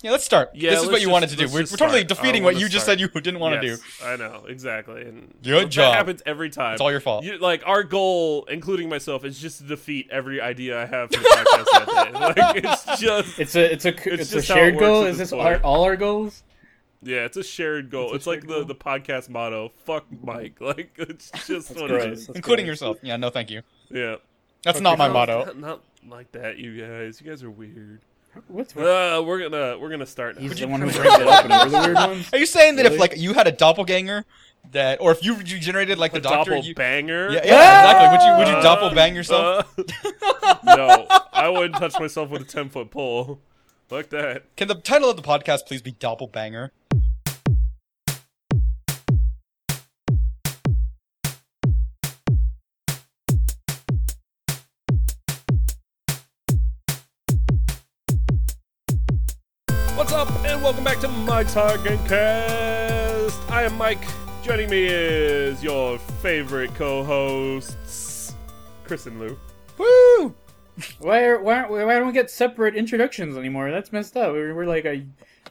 Yeah, let's start. Yeah, this is let's what you wanted to just- do. let's We're, just we're totally start. I defeating what wanna you just said start. you didn't want to Yes, do. I know exactly. And Good job. That happens every time. It's all your fault. You- like our goal, including myself, is just to defeat every idea I have for the podcast. that day. Like it's just It's a it's a c- It's it's, a just how it shared works goal. at Is this this point. our, all our goals? yeah, it's a shared goal. It's, It's a like shared the goal. the podcast motto. Fuck Mike. Like it's just what it gross. is. That's Including good. yourself. Yeah, no thank you. Yeah. That's not my No, motto. Not, not like that, you guys. You guys are weird. What's wrong? Uh, we're gonna we're gonna start. Now. He's the one who brings it up, and we're the weird ones. Are you saying that if Really? like you had a doppelganger that or if you regenerated like the a doctor you, doppelbanger. Yeah, yeah, exactly. Would you would you Uh, doppelbang yourself? uh, no, I wouldn't touch myself with a ten foot pole. Fuck that. Can the title of the podcast please be Doppelbanger? What's up, and welcome back to Mike's Hard Game Cast. I am Mike. Joining me is your favorite co-hosts, Chris and Lou. Woo! Why are, why aren't we, why don't we get separate introductions anymore? That's messed up. We're, we're like a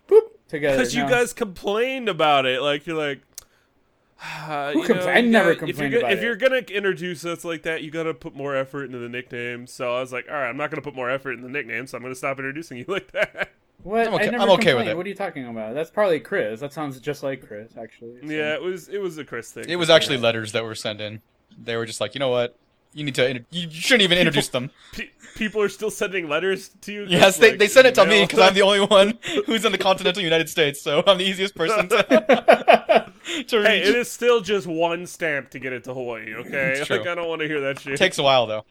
boop together. Because you now. guys complained about it. Like you're like. "Ah, Who you compla- know, I you never gotta- if complained you're, about if it. you're gonna introduce us like that, you gotta put more effort into the nickname. So I was like, all right, I'm not gonna put more effort in the nickname, so I'm gonna stop introducing you like that. What? I'm okay- I never I'm okay with complained. it. What are you talking about? That's probably Chris. That sounds just like Chris, actually. So- yeah, it was it was a Chris thing. It was actually letters that were sent in. They were just like, you know what? You need to. inter- You shouldn't even introduce them. Pe- people are still sending letters to you. 'cause, Yes, they, like, they sent it to me email. because I'm the only one who's in the continental United States, so I'm the easiest person to, to reach. Hey, it is still just one stamp to get it to Hawaii. Okay, It's true. like I don't want to hear that shit. It takes a while though.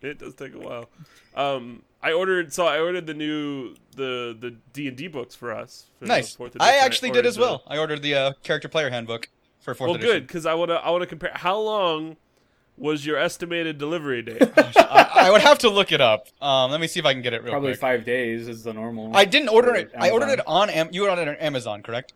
It does take a while. Um, I ordered so I ordered the new the the D and D books for us. for the Nice. fourth I edition. actually did ordered as the- well. I ordered the uh, character player handbook for fourth Well, good edition. because I wanna I wanna compare. How long was your estimated delivery date? Oh, I, I would have to look it up. Um, let me see if I can get it real Probably quick. five days is the normal. I didn't order it. I Amazon. ordered it on Am- you ordered it on Amazon, correct?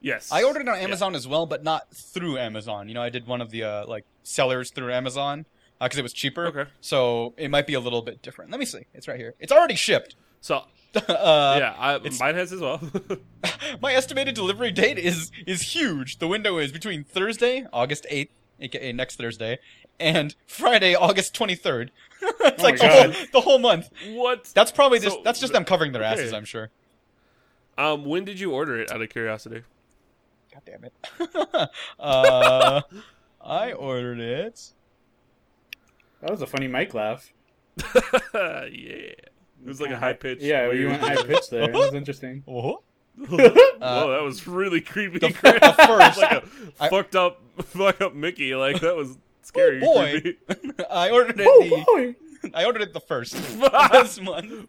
yes, I ordered it on Yeah. Amazon as well, but not through Amazon. You know, I did one of the uh, like sellers through Amazon because it was cheaper. Okay. So it might be a little bit different. Let me see. It's right here. It's already shipped. So uh, yeah, I, mine has as well. My estimated delivery date is is huge. The window is between Thursday, August eighth, aka next Thursday, and Friday, August twenty third. it's Oh like my the whole, God. the whole month. what? That's probably just So- that's just them covering their asses. okay. I'm sure. Um, when did you order it? Out of curiosity. God damn it. uh, I ordered it. That was a funny mic laugh. yeah. It was like a high pitch. Yeah, you went high pitch there. It was interesting. Oh, Whoa, that was really creepy. Uh, the, Chris. the first. like a I- fucked up, fuck up Mickey. Like that was scary. Oh, boy. creepy. I ordered it. Oh The, boy! I ordered it the first of this month.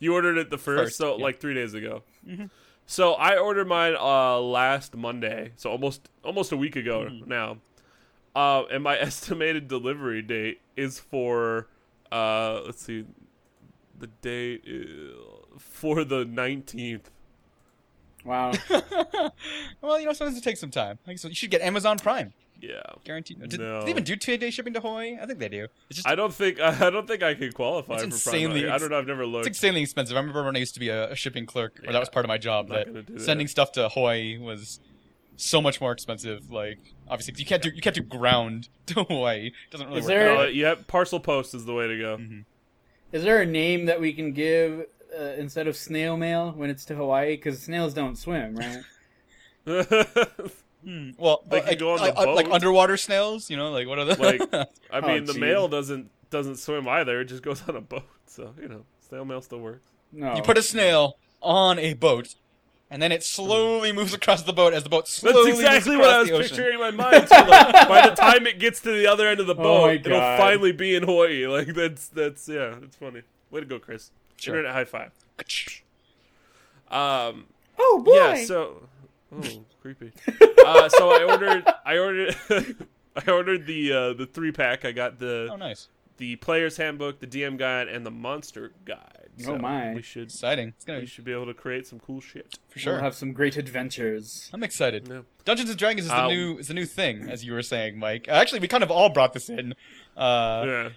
you ordered it the first, First, so yeah. like three days ago. So I ordered mine uh last Monday, so almost almost a week ago now. Uh, and my estimated delivery date is for uh let's see, the date is for the nineteenth. Wow. Well, you know, sometimes it takes some time. Like, so you should get Amazon Prime. Yeah. Guaranteed. Did, No. do they even do two-day shipping to Hawaii? I think they do. It's just I don't think I don't think I could qualify It's for insanely Prime. Money. I ex- don't know. I've never looked. It's insanely expensive. I remember when I used to be a, a shipping clerk, or that was part of my job. not gonna That do that. sending stuff to Hawaii was so much more expensive. Like obviously, 'cause you can't do you can't do ground to Hawaii. It doesn't really Is work. there- out. Uh, yep, parcel post is the way to go. Is there a name that we can give uh, instead of snail mail when it's to Hawaii? Because snails don't swim, right? Well, They uh, can go on like, the uh, like boat. underwater snails. You know, like what are the like, I Oh, mean, the geez. mail doesn't doesn't swim either. It just goes on a boat. So you know, snail mail still works. No. you put a snail on a boat, and then it slowly moves across the boat as the boat That's slowly exactly moves what I across was the ocean. picturing in my mind. too. Like, by the time it gets to the other end of the boat, my it'll God. finally be in Hawaii. Like that's that's yeah, it's funny. Way to go, Chris. Sure. Internet high five. Um, oh boy! Yeah, so oh, creepy. Uh, so I ordered, I ordered, I ordered the uh, the three pack. I got the Oh, nice, the player's handbook, the DM guide, and the monster guide. So Oh my. We should exciting. It's gonna we be should be able to create some cool shit. for sure. We'll have some great adventures. I'm excited. Yeah. Dungeons and Dragons is the Um, new is the new thing, as you were saying, Mike. Actually, we kind of all brought this in. Uh, yeah.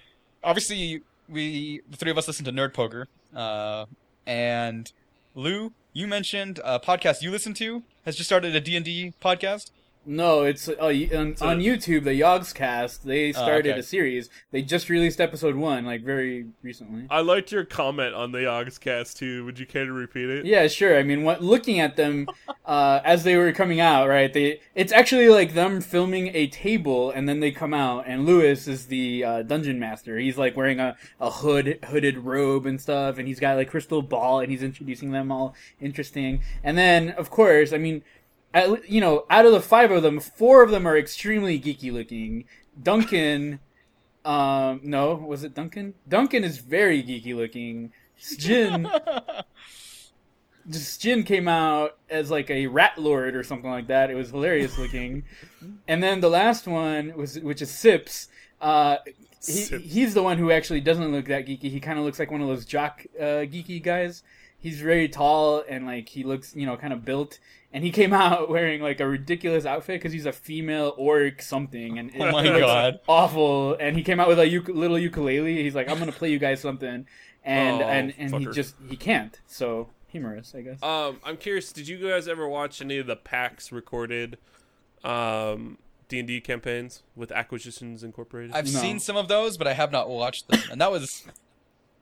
Obviously, we the three of us listen to Nerd Poker, uh, and Lou, you mentioned a podcast you listen to has just started a D&D podcast. No, it's uh, y- on, a- on YouTube. The Yogscast they started Oh, okay. a series. They just released episode one, like very recently. I liked your comment on the Yogscast too. Would you care to repeat it? Yeah, sure. I mean, what, looking at them uh, as they were coming out, right? They it's actually like them filming a table, and then they come out, and Lewis is the uh, dungeon master. He's like wearing a, a hood hooded robe and stuff, and he's got like crystal ball, and he's introducing them all interesting. And then, of course, I mean, at, l- you know, out of the five of them, four of them are extremely geeky looking. Duncan. Um, no, was it Duncan? Duncan is very geeky looking. Jin this Jin came out as like a rat lord or something like that. It was hilarious looking. and then the last one was, which is Sips. Uh, he, Sips. he's the one who actually doesn't look that geeky. He kind of looks like one of those jock uh, geeky guys. He's very tall and like he looks, you know, kind of built. And he came out wearing like a ridiculous outfit because he's a female orc something. And Oh my it looks god. awful and he came out with a uk- little ukulele he's like i'm gonna play you guys something and Oh, and, and he fucker. just he can't so humorous i guess Um, I'm curious. Did you guys ever watch any of the PAX recorded um D and D campaigns with Acquisitions Incorporated? I've No. seen some of those, but I have not watched them. And that was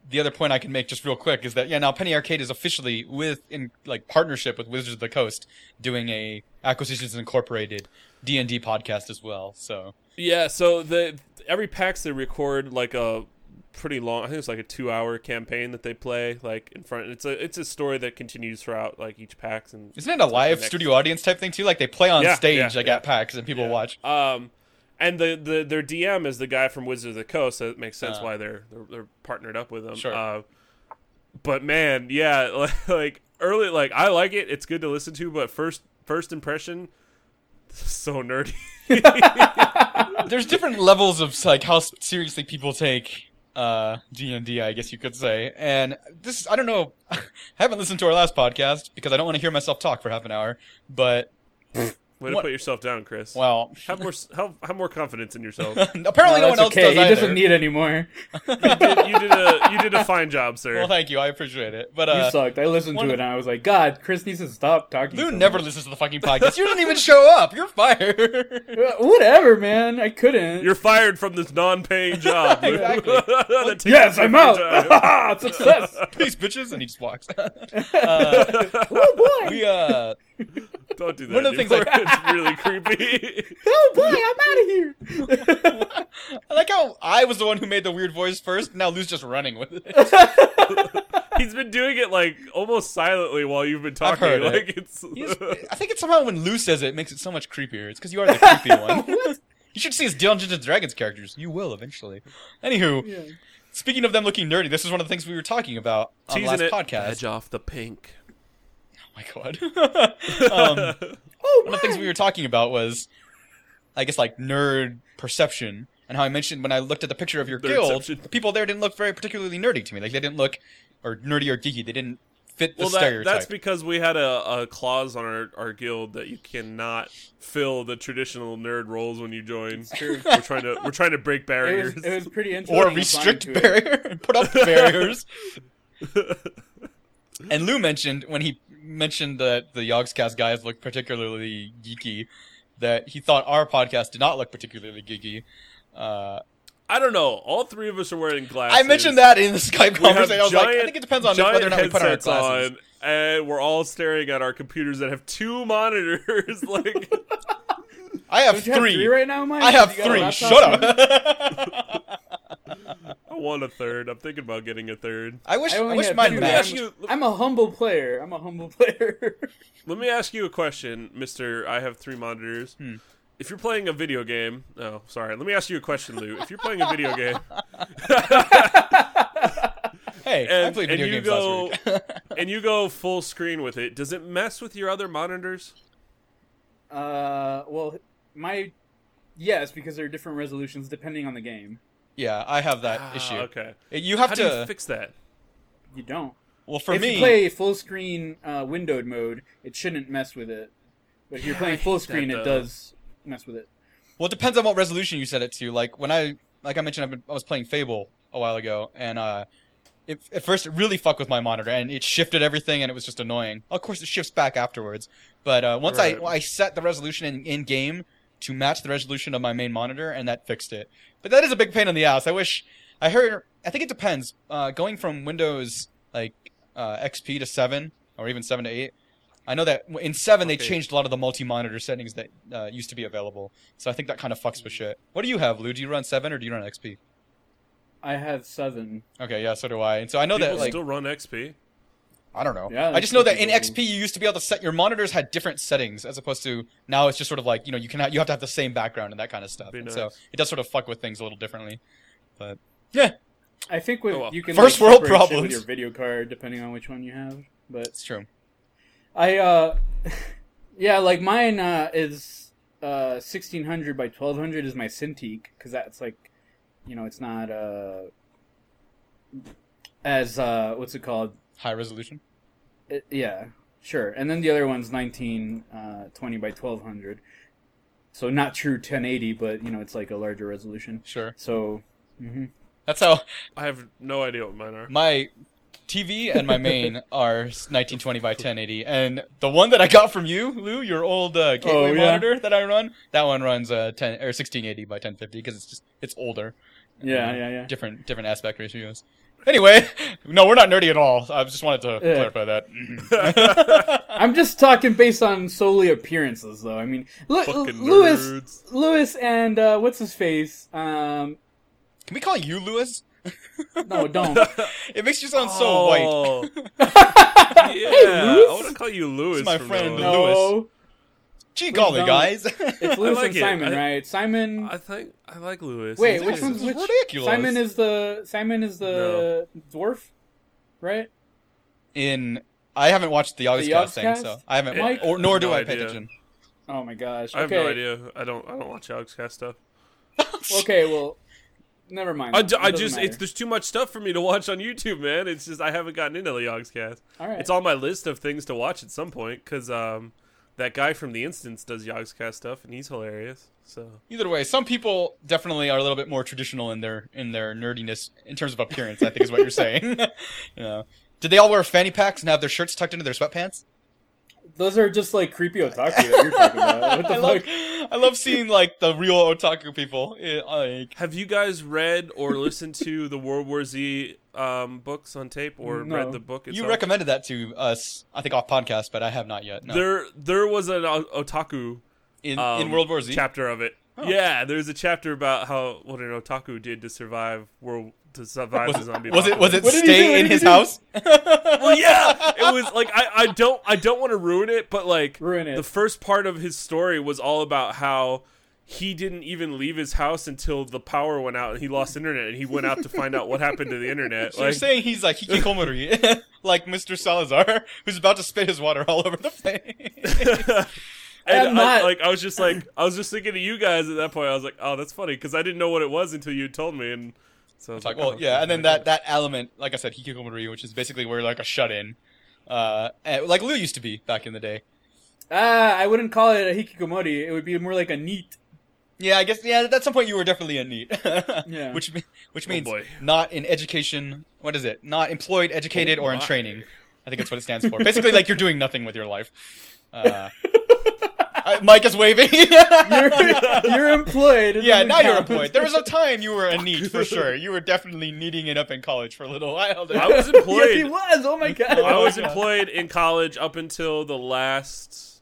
the other point I can make just real quick is that yeah, now Penny Arcade is officially with in like partnership with Wizards of the Coast doing a Acquisitions Incorporated D&D podcast as well. So Yeah, so the every PAX they record like a pretty long. I think it's like a two-hour campaign that they play like in front. It's a it's a story that continues throughout like each PAX and isn't it a live next- studio audience type thing too? Like they play on Yeah, stage yeah, like yeah. at PAX and people Yeah. watch. Um, and the, the their DM is the guy from Wizard of the Coast. So it makes sense Uh. why they're, they're they're partnered up with them. Sure. Uh, but man, yeah, like, like early, like I like it. It's good to listen to, but first first impression, so nerdy. There's different levels of like how s- seriously people take uh D&D, I guess you could say. And this I don't know, I haven't listened to our last podcast because I don't want to hear myself talk for half an hour, but Way to What- put yourself down, Chris. well, Have more s- have, have more confidence in yourself. Apparently, no, that's one else okay does he either. doesn't need any more you, did, you did a you did a fine job, sir. well, thank you. I appreciate it. But you uh, sucked i listened one- to it and i was like god chris needs to stop talking Lou so never much." listens to the fucking podcast. You didn't even show up. You're fired. Uh, whatever man i couldn't You're fired from this non-paying job. Lou. Exactly. That takes yes up i'm your out success Peace, bitches, and he just walks. Uh, time. oh boy we uh, Don't do that. One of the things I- anymore. it's really creepy. oh boy i'm out of here I like how I was the one who made the weird voice first. Now Lou's just running with it. He's been doing it like almost silently while you've been I've talking. heard it. like it's He just- I think it's somehow when Lou says it, it makes it so much creepier. It's because you are the creepy one. you should see his Dungeons and Dragons characters. You will eventually. Anywho, Yeah. speaking of them looking nerdy, this is one of the things we were talking about on teasing last it. podcast. Edge off the pink. Oh my god. um, oh one of the things we were talking about was, I guess, like nerd perception, and how I mentioned when I looked at the picture of your guild, Nerdception. the people there didn't look very particularly nerdy to me. Like they didn't look or nerdy or geeky. They didn't fit the well, that, stereotype. that's because we had a, a clause on our, our guild that you cannot fill the traditional nerd roles when you join. We're trying to we're trying to break it barriers. was, it was pretty interesting or applying restrict to it. barrier and put up barriers. and Lou mentioned when he mentioned that the Yogscast guys looked particularly geeky, that he thought our podcast did not look particularly geeky. Uh, I don't know. All three of us are wearing glasses. I mentioned that in the Skype We have conversation. I was like, I giant- think it depends on giant whether or not we put our headsets glasses. on, and we're all staring at our computers that have two monitors. like I have Do you have three. three right now mike I have You got a three. laptop Shut here? up. I want a third. I'm thinking about getting a third. I wish. I I, only wish have mine two. Let me ask matched. you. I'm a humble player. I'm a humble player. Let me ask you a question, Mister. I have three monitors. Hmm. If you're playing a video game, oh, sorry. Let me ask you a question, Lou. If you're playing a video game Hey, I and, played and video you games go last week. and you go full screen with it, does it mess with your other monitors? uh, well, my yes, because there are different resolutions depending on the game. Yeah, I have that Ah, issue. Okay. Uh, You have How do to. you fix that? You don't. well, for if me, you play full screen uh, windowed mode, it shouldn't mess with it. But if you're Yeah, I playing full hate that, screen, though. it does mess with it. Well, it depends on what resolution you set it to. Like when I, like I mentioned, I've been, I was playing Fable a while ago, and uh, it, at first it really fucked with my monitor and it shifted everything and it was just annoying. Of course, it shifts back afterwards, but uh, once Right. I I set the resolution in, in game to match the resolution of my main monitor and that fixed it. But that is a big pain in the ass. I wish I heard. I think it depends. Uh, going from Windows like uh, XP to seven or even seven to eight. I know that in seven they Okay. changed a lot of the multi-monitor settings that uh, used to be available, so I think that kind of fucks with shit. What do you have, Lou? Do you run seven or do you run XP? I have seven. Okay, yeah, so do I. And so I know People that like still run XP. I don't know. Yeah, I just know that that's in what XP you used to be able to set your monitors had different settings as opposed to now it's just sort of like you know you can ha- you have to have the same background and that kind of stuff. Be And So nice. it does sort of fuck with things a little differently. I think with Oh, well. you can First like, world separate shit problems. with your video card depending on which one you have. But It's true. I uh yeah, like mine uh is uh 1600 by 1200 is my Cintiq cuz that's like you know, it's not uh as uh what's it called? High resolution. Uh, yeah, sure. And then the other one's 19 uh 20 by 1200. So not true 1080, but you know, it's like a larger resolution. Sure. So mhm. That's how I have no idea what mine are. my TV and my main are 1920 by 1080, and the one that I got from you, Lou, your old uh, gateway Oh, yeah. monitor that I run, that one runs uh 10 or 1680 by 1050 because it's just it's older. Yeah, yeah, yeah. different different aspect ratios. Anyway, no, we're not nerdy at all. I just wanted to Yeah. clarify that. I'm just talking based on solely appearances, though. I mean, Lu- Fucking Lewis, nerds. Lewis, and uh, what's his face? Um, Can we call you Lewis? no, don't. It makes you sound Oh, so white. Oh. yeah, I Lewis. want to call you Lewis. my from friend, now on. no, Gee golly, don't. guys. it's Lewis like and it. Simon, I- right? Simon. I think I like Lewis. Wait, He's which nice. this one's is which? ridiculous. Simon is the Simon is the dwarf, right? In I haven't watched the August The cast thing, August so cast? I haven't, Mike? or nor do No I pay idea. attention. Oh my gosh. I have Okay. no idea. I don't. I don't watch Alex Cast stuff. Okay, well, never mind. I, ju- It I doesn't just matter. it's there's too much stuff for me to watch on YouTube, man. It's just I haven't gotten into the Yogg's Cast. all right. It's on my list of things to watch at some point because um that guy from The Instance does Yogg's Cast stuff and he's hilarious. So Either way, some people definitely are a little bit more traditional in their in their nerdiness in terms of appearance. I think is what you're saying. yeah. Did they all wear fanny packs and have their shirts tucked into their sweatpants? Those are just like creepy otaku that you're talking about. Uh, What the I love, fuck? I love seeing like the real otaku people. It, like, have you guys read or listened to the World War Z um, books on tape or No. read the book? you Itself? recommended that to us, I think, off podcast, but I have not yet. No. There there was an o- otaku in, um, in World War Z, chapter of it. Oh. Yeah, there's a chapter about how what an otaku did to survive world to survive the was zombie. it was it, was it What did he do? What stay in did his he do? house? well, yeah, it was like I, I don't I don't want to ruin it, but like Ruin it. the first part of his story was all about how he didn't even leave his house until the power went out and he lost internet and he went out to find out what happened to the internet. So you're like, saying he's like hikikomori, like Mr. Salazar, who's about to spit his water all over the place. and I'm I, not- like I was just like I was just thinking of you guys at that point. I was like, oh, that's funny because I didn't know what it was until you told me, and so I was It's like, oh, well, yeah, and then okay. that that element, like I said, hikikomori, which is basically where like a shut in, uh, and- like Lou used to be back in the day. Ah, I wouldn't call it a hikikomori. It would be more like a neat. Yeah, I guess yeah. At some point, you were definitely a neat. Yeah. Which me- which Oh, means boy. not in education. What is it? Not employed, educated, Oh, or in my. training. I think that's what it stands for. Basically, like you're doing nothing with your life. Uh, I- Mike is waving. You're, you're employed. It yeah, doesn't now you're count. employed. There was a time you were a neat for sure. You were definitely needing it up in college for a little while. there. I was yes, he employed. was. Oh my god. I was Yeah. employed in college up until the last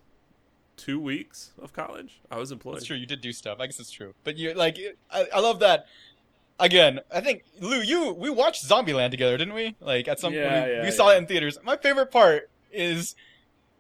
two weeks of college. I was employed. That's true. You did do stuff. I guess it's true. But you like, it- I, I love that. Again, I think Lou, you we watched Zombieland together, didn't we? Like at some, Yeah, we, yeah, we yeah. saw it in theaters. My favorite part is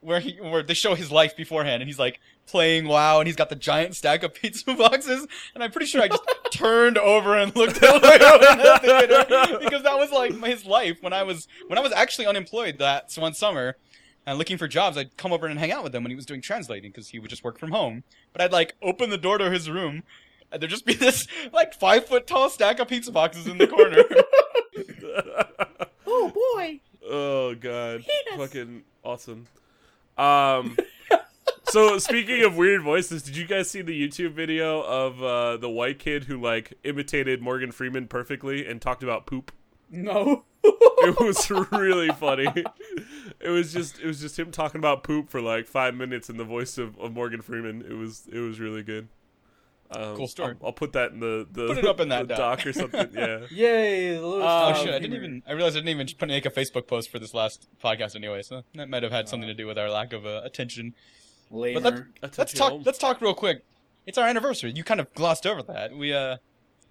where he where they show his life beforehand, and he's like playing WoW, and he's got the giant stack of pizza boxes, and I'm pretty sure I just turned over and looked at the theater because that was like his life when I was when I was actually unemployed that one summer. And looking for jobs, I'd come over and hang out with him when he was doing translating because he would just work from home. But I'd like open the door to his room, and there'd just be this like five foot tall stack of pizza boxes in the corner. Oh boy. oh god, fucking awesome. Um, so speaking of weird voices, did you guys see the YouTube video of uh, the white kid who like imitated Morgan Freeman perfectly and talked about poop? No. it was really funny. It was just it was just him talking about poop for like five minutes in the voice of, of Morgan Freeman. It was it was really good. Um, Cool story. I'll, I'll put that in the, the Put it up in that the doc. doc or something. Yeah. Yay! The lowest Oh, Oh common shit! I didn't humor. even. I realized I didn't even put- make a Facebook post for this last podcast anyway, so that might have had something to do with our lack of uh, attention. Lamer. But let's, let's Attention. talk. Let's talk real quick. It's our anniversary. You kind of glossed over that. We uh,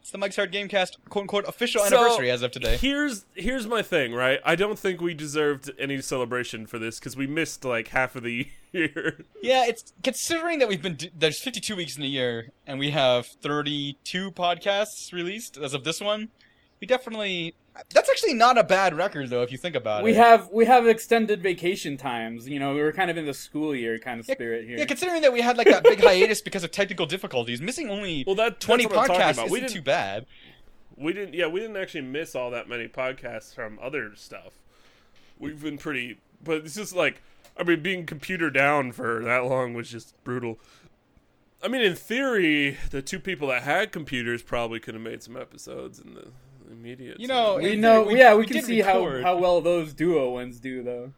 it's the Mike's Hard Gamecast quote unquote official So, anniversary as of today. Here's here's my thing, right? I don't think we deserved any celebration for this because we missed like half of the year. Yeah, it's considering that we've been d- there's 52 weeks in a year and we have 32 podcasts released as of this one. We definitely that's actually not a bad record though if you think about we it. have we have extended vacation times. You know, we were kind of in the school year kind of Yeah, spirit here. yeah, considering that we had like that big hiatus because of technical difficulties, missing only Well, that 20 that's what I'm talking podcasts about. isn't We too didn't bad. we didn't yeah we didn't actually miss all that many podcasts from other stuff. We've been pretty, but it's just like I mean, being computer down for that long was just brutal. I mean, in theory, the two people that had computers probably could have made some episodes in the immediate. You know, we we- know. we- yeah, we, we can did see how, record. how well those duo ones do though.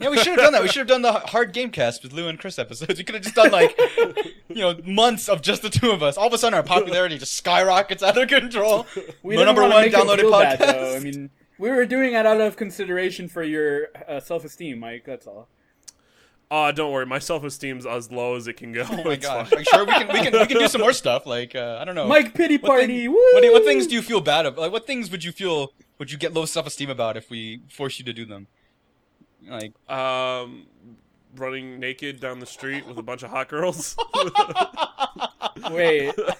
Yeah, we should have done that. We should have done the hard gamecast with Lou and Chris episodes. We could have just done like you know months of just the two of us. All of a sudden our popularity just skyrockets out of control. We My didn't number wanna one make him downloaded feel bad, though. podcast. I mean, we were doing it out of consideration for your uh, self esteem, Mike. That's all. oh, don't worry, my self esteem's as low as it can go. Oh my It's gosh! fine. Are you sure we can we can we can do some more stuff? Like uh, I don't know. Mike pity What thing- party. woo! what, do- what things do you feel bad about? Like, what things would you feel would you get low self esteem about if we force you to do them? Like, Um, running naked down the street with a bunch of hot girls. Wait, uh,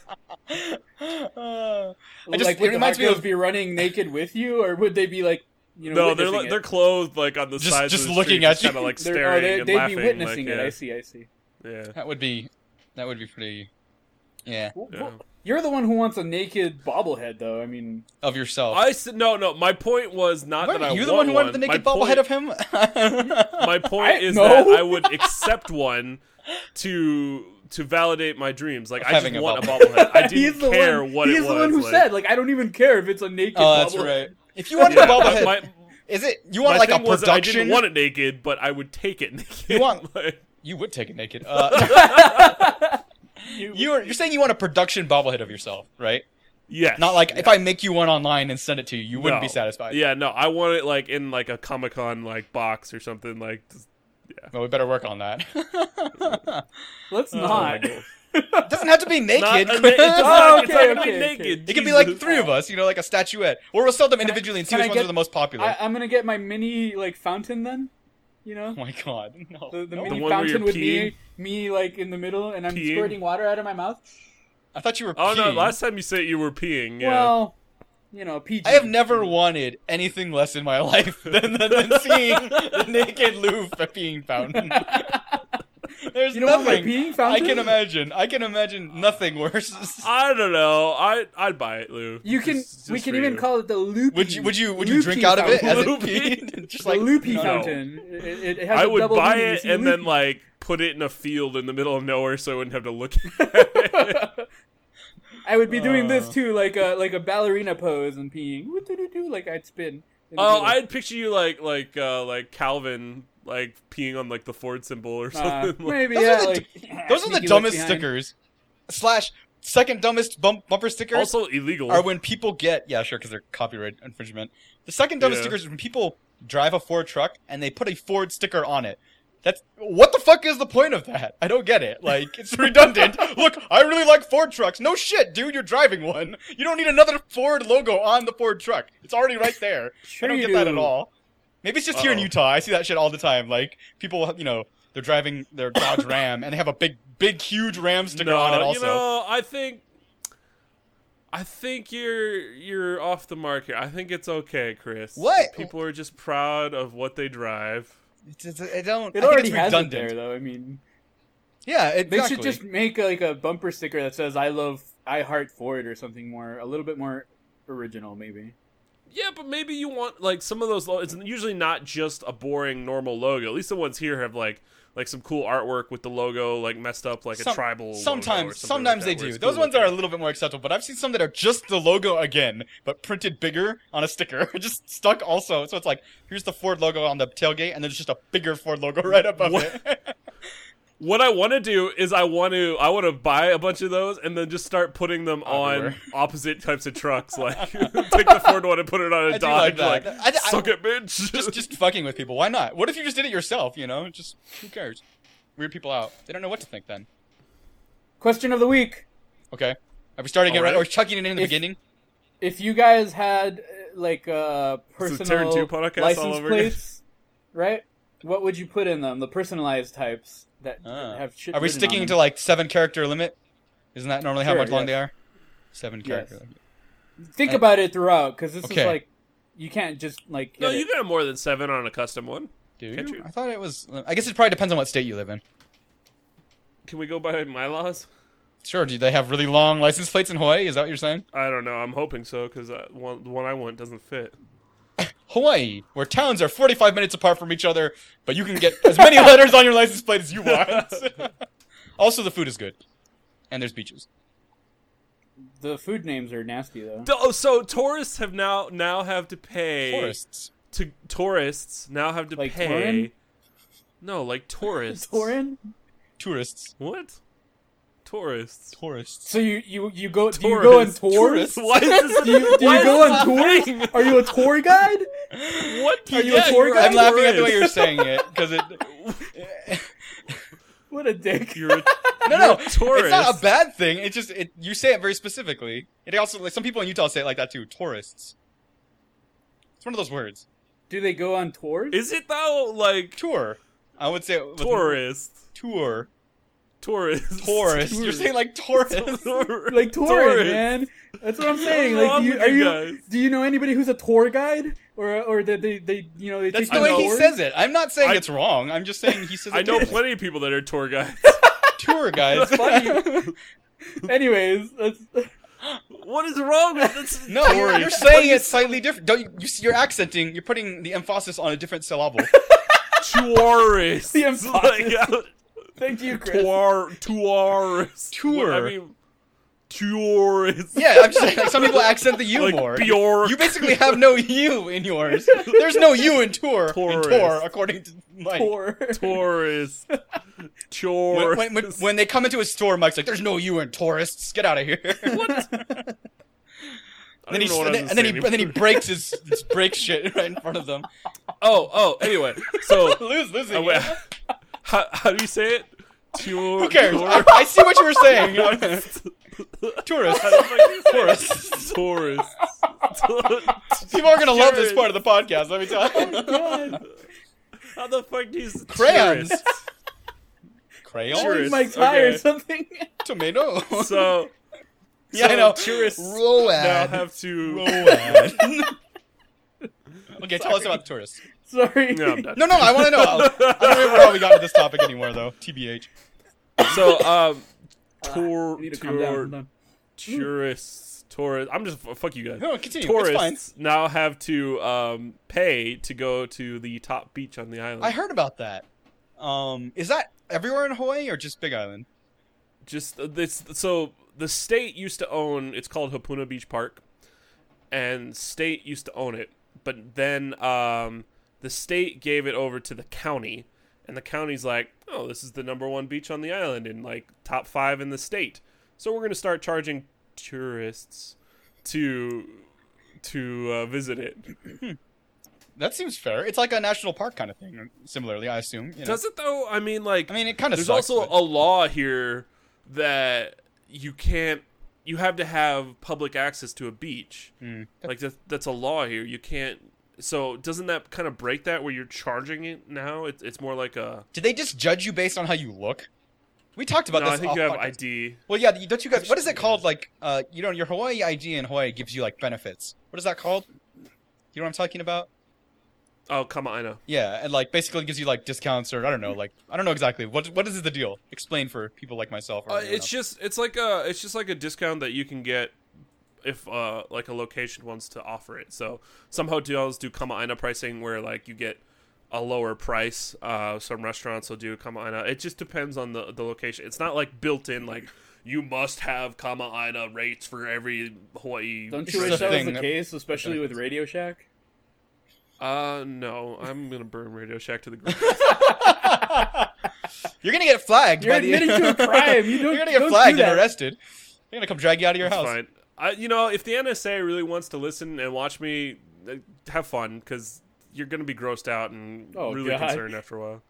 I just- it like would the hot reminds me girls of- be running naked with you, or would they be like, you know, no, they're witnessing like, they're it? clothed like on the Just- sides, just of the looking street, at just you. Kind of like They're- staring oh, they, and would laughing. be witnessing like, it. yeah, I see. I see. Yeah. that would be that would be pretty. Yeah, W- Yeah. w- You're the one who wants a naked bobblehead, though. I mean, of yourself. I s- no no. My point was not Weren't that I you want the one who wanted the one. naked my bobblehead of him? point, My point I- is no. that I would accept one to to validate my dreams. Like I having just a want bobblehead. a bobblehead. I he's didn't the care one, what he's it was. the one who like, said, like, I don't even care if it's a naked. oh, that's bobblehead. right. If you wanted yeah, a bobblehead, my, is it you my want like a thing was I production? didn't want it naked, but I would take it naked. You want- like, You would take it naked. Uh, You, you're you're saying you want a production bobblehead of yourself, right? yes. Not like if I make you one online and send it to you, you wouldn't No. be satisfied. Yeah, no, I want it like in like a Comic Con like box or something. Like, just- Well, we better work on that. let's oh my not. God. It doesn't have to be naked. Not a na- it's not- Oh, it's not okay, gonna be okay, naked. it can be Jesus. like three of us, you know, like a statuette. Or we'll sell them individually and see can which I ones get- are the most popular. I, I'm gonna get my mini like fountain then. You know, oh my god, no. the, the No. mini one where fountain you're with me, me like in the middle, and I'm Peeing? squirting water out of my mouth. I thought you were. Oh no! peeing. Last time you said you were peeing. Yeah. Well, you know, PG. I have never wanted anything less in my life than, than, than seeing the naked Lou f- peeing fountain. There's You don't want my nothing peeing I fountain? can imagine. I can imagine nothing worse. I don't know. I I'd buy it, Lou. You can. Just- just we can for even you. call it the loopy. would you would you would you drink loopy out of it as it fountain. Loopy. peed? Just the like loopy no, no. fountain? It, it- it has I a would double buy meaning. You it see and then loopy. like put it in a field in the middle of nowhere, so I wouldn't have to look. at it. I would be doing Uh. this too, like a like a ballerina pose and peeing. Woo-doo-doo-doo, Like I'd spin. in the oh, middle. I'd picture you like like uh like Calvin like peeing on like the Ford symbol or Uh, something. like, maybe Those are yeah. the Like, Those are sneaky the look dumbest behind. stickers. Slash second dumbest bump, bumper stickers also illegal. are when people get yeah sure because they're copyright infringement. The second dumbest Yeah. stickers is when people drive a Ford truck and they put a Ford sticker on it. That's what the fuck is the point of that? I don't get it. Like it's redundant. Look, I really like Ford trucks. No shit, dude, you're driving one. You don't need another Ford logo on the Ford truck. It's already right there. Sure I don't you get that do. at all. Maybe it's just here in Uh-oh. Utah. I see that shit all the time. Like people, you know, they're driving their Dodge Ram and they have a big, big, huge Ram sticker no, on it. Also, you know, I think. I think you're you're off the mark here. I think it's okay, Chris. What? people are just proud of what they drive. It's- it's- I don't. It I think already it's has it redundant. there though. I mean, Yeah, They exactly. should just make like a bumper sticker that says "I love I heart Ford" or something more, a little bit more original, maybe. Yeah, but maybe you want like some of those. Lo- it's usually not just a boring normal logo. At least the ones here have like like some cool artwork with the logo like messed up like Some- a tribal. Sometimes, sometimes they do. Those ones are a little bit more acceptable, but I've seen some that are just the logo again, but printed bigger on a sticker, just stuck also. So it's like, here's the Ford logo on the tailgate, and there's just a bigger Ford logo right above What? it. What I want to do is I want to I want to buy a bunch of those and then just start putting them on Everywhere. opposite types of trucks. Like take the Ford one and put it on a I do Dodge. like Like, that. I- I- suck it, bitch. just, just fucking with people. Why not? What if you just did it yourself? You know, just who cares? Weird people out. They don't know what to think then. Question of the week: Okay, are we starting it right? Alright. Are we chucking it in the If- beginning? If you guys had uh, like uh, This is a personal Terran 2 podcast all license over again. plates, right? What would you put in them? The personalized types that Ah. have shit. Are we written on sticking them. to like seven character limit? Isn't that normally how Sure, much long yes. they are? Seven character. Yes. limit. think about it throughout because this uh, Okay. is like you can't just like no, get you it. got more than seven on a custom one. Do Can't you? you? I thought it was. I guess it probably depends on what state you live in. Can we go by my laws? Sure. Do they have really long license plates in Hawaii? Is that what you're saying? I don't know. I'm hoping so because one the one I want doesn't fit. Hawaii, where towns are 45 minutes apart from each other, but you can get as many letters on your license plate as you want. also, the food is good, and there's beaches. the food names are nasty though. Oh, so tourists have now now have to pay Forests. to tourists now have to Like pay. Torin? No, like tourists. Torin. Tourists. What? Tourists. Tourists. So you you you go do you Tourists. go on tours? Tourists. Why is this? Do you, do why you is go this on a tours? thing? Are you a tour guide? What do Are you a yeah, tour you're guide? I'm laughing at the way tourist. you're saying it because it. What a dick! You're a, No, no, You're a it's not a tourist. bad thing. It just it you say it very specifically. It also like some people in Utah say it like that too. Tourists. It's one of those words. Do they go on tours? is it though? Like Tour. I would say it with- tourist, Tour. tourist, Tourist. You're saying like tourist. Tourist. like touring, Tourist. man. That's what I'm What's saying. Like, wrong do you, with are you you? guys? Do you know anybody who's a tour guide, or or that they, they you know they That's take the you way on he tours? says it. I'm not saying I- it's wrong. I'm just saying he says. I it know is. plenty of people that are tour guides. tour guys. Funny. Anyways, that's, what is wrong with this? No, you're, you're saying it slightly different. Don't you, you? You're accenting. You're putting the emphasis on a different syllable. tourist. The It's like, emphasis. thank you, Chris. tour, tourist. Tour. I mean, tourist. Yeah, I'm just saying like, some people accent the U Like more. Bjork. You basically have no U in yours. There's no U in tour. Tourist. In tour, according to Mike. Tour. Tourist. When, Tourist. when, when, when they come into a store, Mike's like, "There's no U in tourists. Get out of here." I And then, don't he, even know what I and, then, was and then he saying. and then he breaks his, his breaks shit right in front of them. Oh, oh. Anyway, so Lose, losing. uh, wait, how, how do you say it? Tour. Who cares? I, I see what you were saying. Tourist. tourists. Tourists. Tourist. People are gonna love this part of the podcast. Let me tell you. God. How the fuck do you s- Crayons. tourist? Crayons. Sure. Mike's high okay. or something. Tomato. So yeah, so I know. tourists now Road. have to. okay, tell us about the tourists. Sorry. No, I'm done. No, no, I want to know. I'll- I don't remember how we got to this topic anymore, though. TBH. So um, tour, I need to calm down. tour, Hold on. tourists, tourists. I'm just fuck you guys. No, continue. It's fine. Tourists now have to um, pay to go to the top beach on the island. I heard about that. Um, is that everywhere in Hawaii or just Big Island? just uh, this. So the state used to own. It's called Hapuna Beach Park, and state used to own it. But then um, the state gave it over to the county, and the county's like, "Oh, this is the number one beach on the island, and like top five in the state. So we're gonna start charging tourists to to uh, visit it. That seems fair. It's like a national park kind of thing. Similarly, I assume. You know? Does it though? I mean, like, I mean, it kind of. there's sucks, also but- a law here that you can't you have to have public access to a beach Mm. like that, that's a law here you can't so doesn't that kind of break that where you're charging it now it, it's more like a Did they just judge you based on how you look? We talked about no, i this. think off you have podcast. id Well, yeah. Don't you guys? What is it called? Like, uh, you know, your Hawaii ID in Hawaii gives you like benefits. What is that called? You know what I'm talking about? oh come on i know Yeah, and like basically gives you like discounts or I don't know, like I don't know exactly what what is the deal. Explain for people like myself. Or uh, anyone it's else. just it's like a it's just like a discount that you can get if uh, like a location wants to offer it. So some hotels do Kamaina pricing where like you get a lower price. Uh, some restaurants will do Kamaina. It just depends on the the location. It's not like built in like you must have Kamaina rates for every Hawaii. Don't you It's wish the that was thing the that- case, especially with Radio Shack? Uh, no, I'm gonna burn Radio Shack to the ground. You're gonna get flagged. You're by the- admitting to a crime. You don't- You're gonna get don't do flagged that. and arrested. They're gonna come drag you out of your It's house. fine. I, you know, if the NSA really wants to listen and watch me, uh, have fun because you're going to be grossed out and Oh, really God. concerned after a while.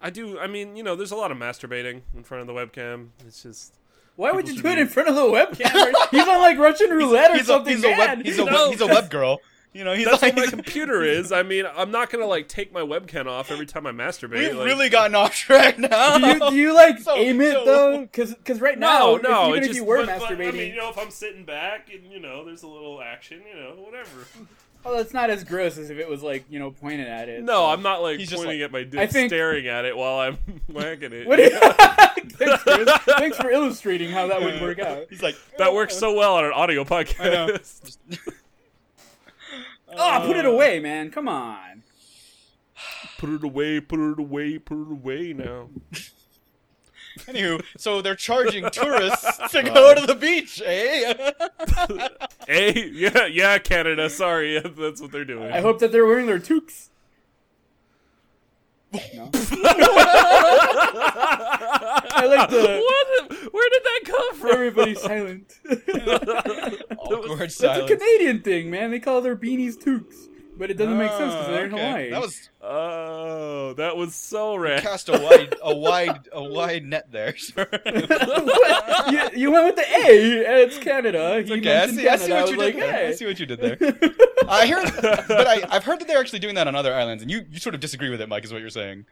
I do. I mean, you know, there's a lot of masturbating in front of the webcam. It's just Why would you should do it be- in front of the webcam? he's on like Russian roulette or He's a, something. he's a web. bad. He's a, No. web, he's a web girl. You know, he's that's like, what my computer is. I mean, I'm not going to like take my webcam off every time I masturbate. we've like- really gotten off track now. do you, do you like So- aim it so- though? Because right No, now, if- no. even it if just, you were but- but, masturbating, I mean, you know, if I'm sitting back and you know, there's a little action, you know, whatever. oh, that's not as gross as if it was like you know pointed at it. No, I'm not like He's just pointing like- at my I dick, think- staring at it while I'm whacking it. What do you- thanks, Bruce. Thanks for illustrating how that would work out. He's like That works so well on an know. audio podcast. Oh, put it away, man. Come on. put it away, put it away, put it away now. Anywho, so they're charging tourists to go to the beach, eh? hey, yeah, yeah, Canada. Sorry, yeah, that's what they're doing. I hope that they're wearing their toques. No. I like the what? Where did that come from? everybody's silent. Awkward That's a silence. Canadian thing, man. They call their beanies toques, but it doesn't make sense because they're in Ah, okay. Hawaii. That was oh, that was so rad. cast a wide, a wide, a wide net there. sir. What? you, you went with the A, and it's Canada. He Okay, I mentioned see, I see Canada. what you was did like, there. I hey. see what you did there. I hear, but I, I've heard that they're actually doing that on other islands, and you, you sort of disagree with it, Mike, is what you're saying.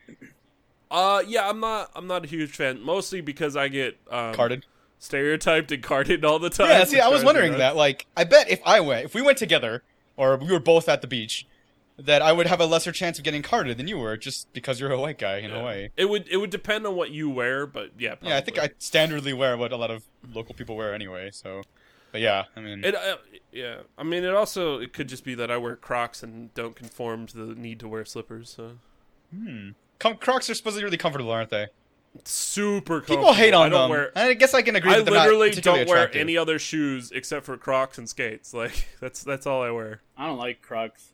Uh, yeah, I'm not. I'm not a huge fan, mostly because I get Oh. um, Carded. stereotyped and carded all the time. Yeah, see, I was Carded, wondering huh? that. Like, I bet if I went, if we went together, or we were both at the beach, that I would have a lesser chance of getting carded than you were, just because you're a white guy in Yeah. Hawaii. It would. It would depend on what you wear, but yeah. Probably. Yeah, I think I standardly wear what a lot of local people wear anyway. So, but yeah, I mean, It, uh, yeah, I mean, it also it could just be that I wear Crocs and don't conform to the need to wear slippers. So com- Crocs are supposed to be really comfortable, aren't they? super comfortable. People hate on I don't them. Wear, And I guess I can agree. I that they're not literally particularly don't wear attractive. any other shoes except for Crocs and skates. Like that's that's all I wear. I don't like Crocs.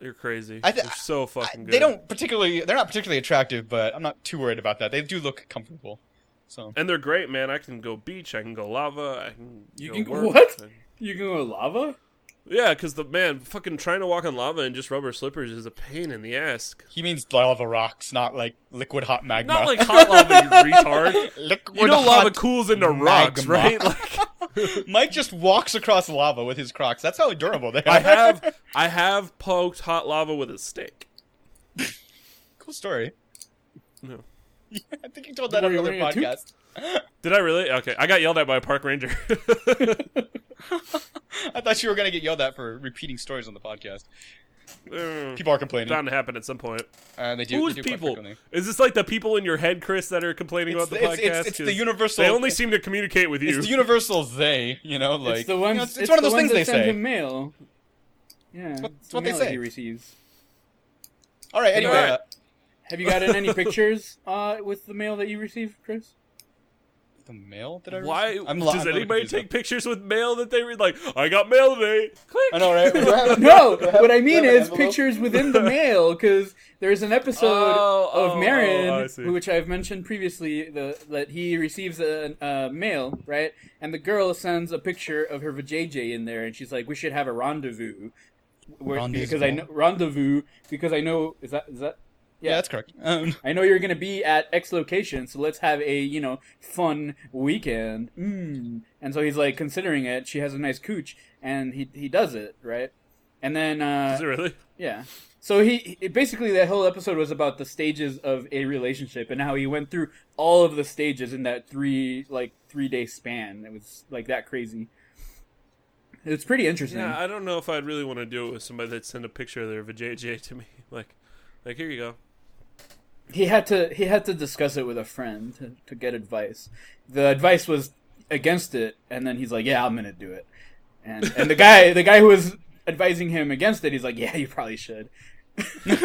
You're crazy. I thi- They're so I- fucking good. they don't particularly. They're not particularly attractive, but I'm not too worried about that. They do look comfortable. So And they're great, man. I can go beach. I can go lava. I can. You go can go- work. what? I- You can go with lava? Yeah, because the man fucking trying to walk on lava and just rubber slippers is a pain in the ass. he means lava rocks, not like liquid hot magma. Not like hot lava, you retard. liquid You know lava hot- cools into rocks, magma. right? Like, Mike just walks across lava with his Crocs. That's how durable they are. I have I have poked hot lava with a stick. cool story. No. I think you told that Were on you another wearing a toque? podcast. Did I really? Okay, I got yelled at by a park ranger. I thought you were gonna get yelled at for repeating stories on the podcast. Mm, People are complaining. Bound to happen at some point. Uh, they do. Who's they do quite people? frequently. Is this like the people in your head, Chris, that are complaining It's about the the- it's- podcast? it's- it's the 'Cause universal- They only seem to communicate with you. It's the universal they. You know, like it's the ones. you know, it's, it's one of the those things ones that they send say. Him mail. Yeah, what- it's it's what the they mail that say. He receives. All right. Anyway, Alright. uh, Have you gotten any pictures uh, with the mail that you receive, Chris? the mail that I Why received? I'm li- does I'm really anybody confused take now. pictures with mail that they read? Like, I got mail today. Click. I know, right? Do I have a- No, do I have- what I do have mean an is envelope? pictures within the mail because there's an episode Oh, of oh, Marin, oh, I see. which I've mentioned previously, the, that he receives a, a mail, right? And the girl sends a picture of her vajayjay in there, and she's like, "We should have a rendezvous." Where- Rendezvous? Because I know rendezvous because I know is that is that Yeah, that's correct. Um, I know you're gonna be at X location, so let's have a you know fun weekend. Mm. And so he's like considering it. She has a nice cooch, and he he does it right. And then uh, Is it really? yeah. So he he- basically that whole episode was about the stages of a relationship and how he went through all of the stages in that three like three day span. It was like that crazy. It's pretty interesting. Yeah, I don't know if I'd really want to do it with somebody that sent a picture of their vajayjay to me. Like, like here you go. he had to he had to discuss it with a friend to, to get advice. The advice was against it, and then he's like, "Yeah, I'm gonna do it." And and the guy the guy who was advising him against it, he's like, yeah, you probably should.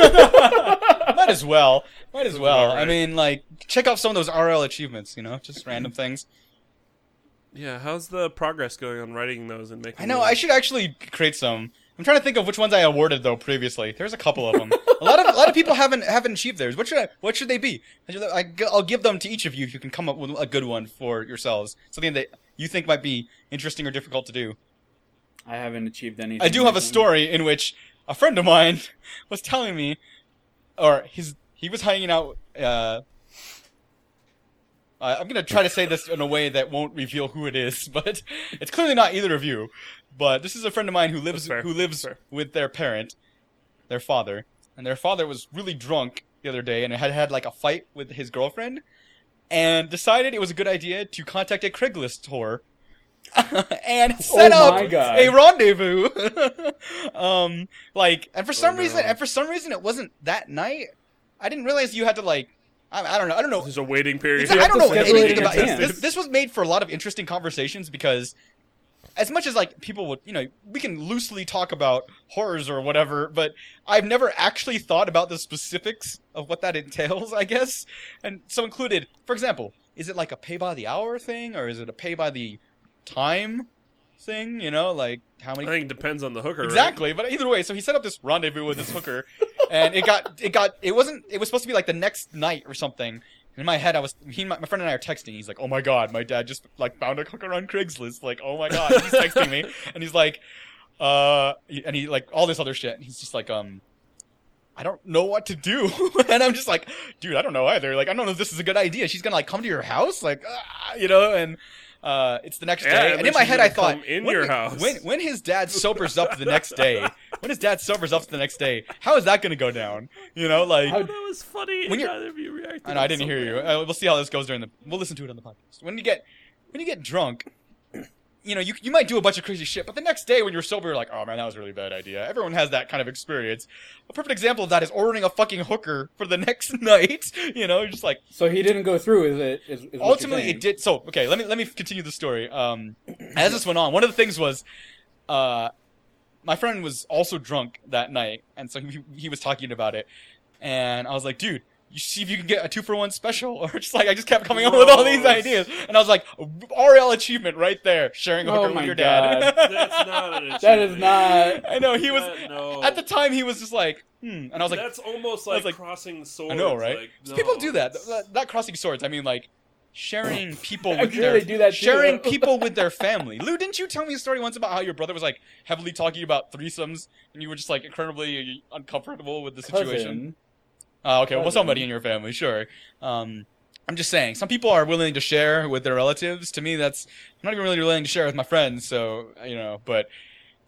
Might as well. Might as well. about I right. mean, like, check off some of those RL achievements. You know, just random things. Yeah, how's the progress going on writing those and making? I know. them? I should actually create some. I'm trying to think of which ones I awarded though previously. There's a couple of them. a lot of a lot of people haven't haven't achieved theirs. What should I? What should they be? I should, I, will give them to each of you if you can come up with a good one for yourselves. Something that you think might be interesting or difficult to do. I haven't achieved anything. I do have a recently. story in which a friend of mine was telling me, or his he was hanging out. Uh, I I'm gonna try to say this in a way that won't reveal who it is, but it's clearly not either of you. But this is a friend of mine who lives fair, who lives that's fair. with their parent, their father, and their father was really drunk the other day and had had like a fight with his girlfriend, and decided it was a good idea to contact a Craigslist whore and set Oh my up God. a rendezvous. um, like, and Oh, for some no. reason, and for some reason, it wasn't that night. I didn't realize you had to like. I, I don't know. I don't know. There's a waiting period. Oh. I don't to know schedule it anything in about this. advance. this. This was made for a lot of interesting conversations because, as much as like people would, you know, we can loosely talk about horrors or whatever, but I've never actually thought about the specifics of what that entails. I guess, and so included, for example, is it like a pay by the hour thing or is it a pay by the time thing? You know, like how I many think it depends on the hooker. right? Exactly, but either way, so he set up this rendezvous with this hooker, and it got it got it wasn't it was supposed to be like the next night or something. In my head, I was he my, my friend and I are texting. He's like, "Oh my god, my dad just like found a hooker on Craigslist." Like, "Oh my god," he's texting me, and he's like, "Uh," and he like all this other shit, and he's just like, "Um." I don't know what to do, and I'm just like, dude, I don't know either. Like, I don't know if this is a good idea. She's gonna like come to your house, like, ah, you know, and uh, it's the next Yeah, day. and And then in my she's head, gonna I thought, come in when your the- house. when when his dad sobers up the next day, when his dad sobers up the next day, how is that going to go down? You know, like, How- That was funny. When When you're- neither of you reacted. I know I didn't so hear you. bad. Uh, we'll see how this goes during the. We'll listen to it on the podcast. When you get when you get drunk, you know you you might do a bunch of crazy shit, but the next day when you're sober, you're like, oh man, that was a really bad idea. Everyone has that kind of experience. A perfect example of that is ordering a fucking hooker for the next night. You know, you're just like So he didn't go through with it. Is, is what you're ultimately saying. it did so okay let me let me continue the story um as this went on one of the things was uh my friend was also drunk that night and so he, he was talking about it and i was like dude you see if you can get a two for one special or just like i just kept coming up with all these Gross. ideas and i was like rl achievement right there sharing a Oh hooker my with your dad That's not an That is achievement. not. i know he was That- no. at the time he was just like hmm and i was like that's almost I was like, like- crossing swords. i know right Like, no, people do that that's- Th- not crossing swords i mean like sharing people I'm with sure their they do that too. sharing people with their family. Lou, didn't you tell me a story once about how your brother was like heavily talking about threesomes and you were just like incredibly uncomfortable with the situation? Cousin. Uh, okay, well, Cousin. somebody in your family, sure. Um, I'm just saying, some people are willing to share with their relatives. To me, that's I'm not even really willing to share with my friends. So you know, but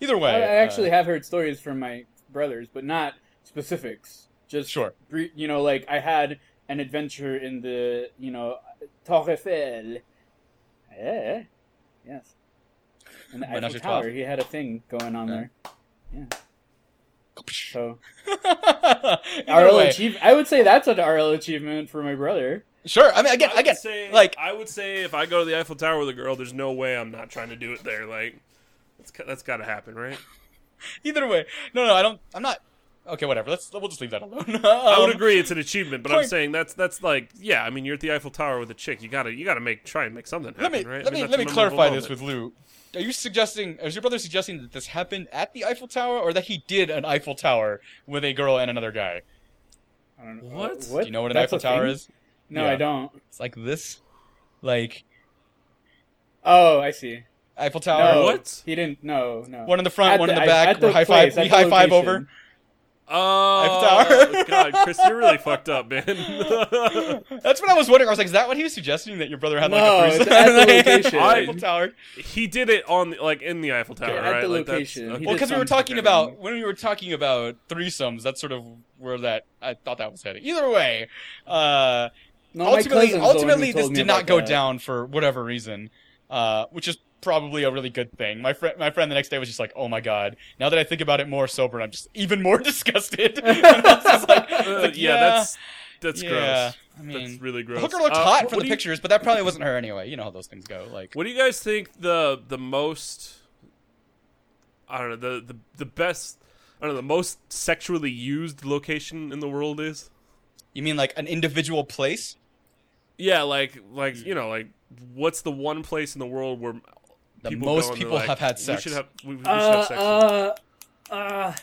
either way, I, I actually uh, have heard stories from my brothers, but not specifics. Just sure. brie- you know, like I had an adventure in the you know Torre Eiffel. Yeah, yes. In the Menage Eiffel a Tower, trois. he had a thing going on Yeah. there. So uh, Either RL way, achieve- I would say that's an RL achievement for my brother. sure. I mean, again, I would again, say, like I would say, if I go to the Eiffel Tower with a girl, there's no way I'm not trying to do it there. Like, that's that's got to happen, right? either way. No, no, I don't. I'm not. Okay, whatever. Let's we'll just leave that alone. I would Um, agree it's an achievement, but I'm point- saying that's that's like, yeah. I mean, you're at the Eiffel Tower with a chick. You gotta you gotta make try and make something let happen, me right? let I me mean, that's let a me memorable clarify this with moment. Lou. Are you suggesting? Is your brother suggesting that this happened at the Eiffel Tower, or that he did an Eiffel Tower with a girl and another guy? I don't know. What? Uh, Do you know what an That's Eiffel a Tower thing? is? No, Yeah. I don't. It's like this, like Oh, I see. Eiffel No, Tower. What? He didn't. No, no. One in the front, At one in the I- back. at we high place, five. at We the high five location. over. Oh Eiffel Tower. God, Chris, you're really fucked up, man. That's what I was wondering. I was like, is that what he was suggesting that your brother had No, like a it's threesome? at the location. Eiffel Tower. he did it on the, like in the Eiffel Tower, Yeah, at right? the like, that's- location. okay. He Well, did because we were something talking about when we were talking about threesomes, that's sort of where that I thought that was headed. Either way, uh, No, my ultimately, cousin's the one who ultimately, told this me did not about go that. down for whatever reason, uh, which is probably a really good thing. My friend, my friend, the next day was just like, "Oh my god!" Now that I think about it more sober, I'm just even more disgusted. And I was just like- I Uh, was like, yeah, that's that's yeah. gross. I mean, that's really the gross. hooker looked Uh, hot what for the do you- pictures, but that probably wasn't her anyway. You know how those things go. Like, What do you guys think the the most I don't know the the the best. I don't know the most sexually used location in the world is. You mean like an individual place? Yeah, like like Hmm. you know like what's the one place in the world where The people most go and they're people like, have had We sex." should have, we, we should Uh, have sex. uh, uh,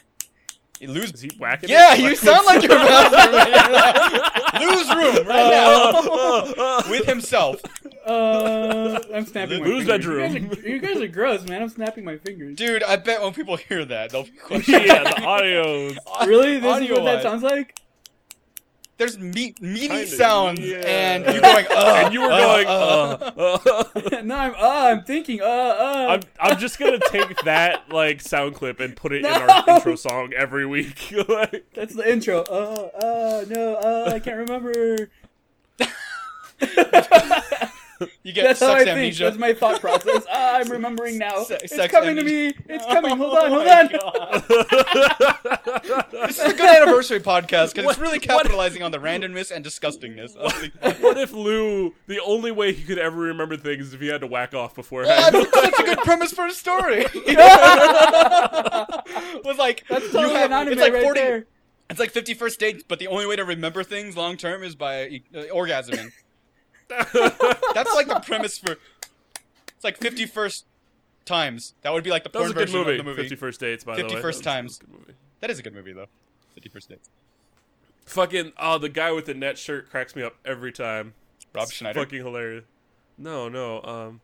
You lose. is he whacking? Yeah, it? you sound like you're uh, masturbating. lose room right now with himself, uh, I'm snapping my Lose fingers. bedroom. You guys, are, you guys are gross, man. I'm snapping my fingers. dude. I bet when people hear that, they'll be questioning. yeah, the audio. really? This is what that Audio-wise. sounds like? There's meat, meaty Kinda, sounds, yeah. and you're going. Ugh, And you were uh, going. uh, Uh, uh. no, I'm. Uh, I'm thinking. Uh, uh. I'm I'm just gonna take that like sound clip and put it in No. our intro song every week. like, That's the intro. Uh, uh, no, uh, I can't remember. you get That's how I sex think. amnesia. That's my thought process. Ah, I'm remembering now. Se- it's sex coming amnesia. to me. It's coming. Hold on, Oh hold my on. God. this is a good anniversary podcast because What- it's really what- capitalizing on the randomness and disgustingness. of the- what if Lou? The only way he could ever remember things is if he had to whack off I beforehand. don't think that's a good premise for a story. was like That's totally you have, an anime it's like right 40 there. It's like 51st dates, but the only way to remember things long term is by uh, orgasming. That's like the premise for. It's like 51st times. That would be like the That was porn a good version movie. of the movie. Fifty First Dates, by the way. 51st That Times. was- that was a good movie. That is a good movie though. 51st dates. Fucking oh, the guy with the net shirt cracks me up every time. Rob It's Schneider. Fucking hilarious. No, no. Um,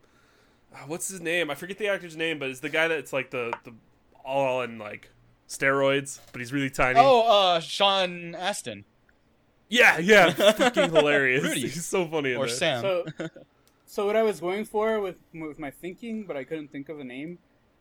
ah, what's his name? I forget the actor's name, but it's the guy that's like the the all in like steroids, but he's really tiny. Oh, uh, Sean Astin yeah, yeah. Fucking hilarious. Rudy. He's so funny. in or that. Sam. So, so what I was going for with with my thinking, but I couldn't think of a name,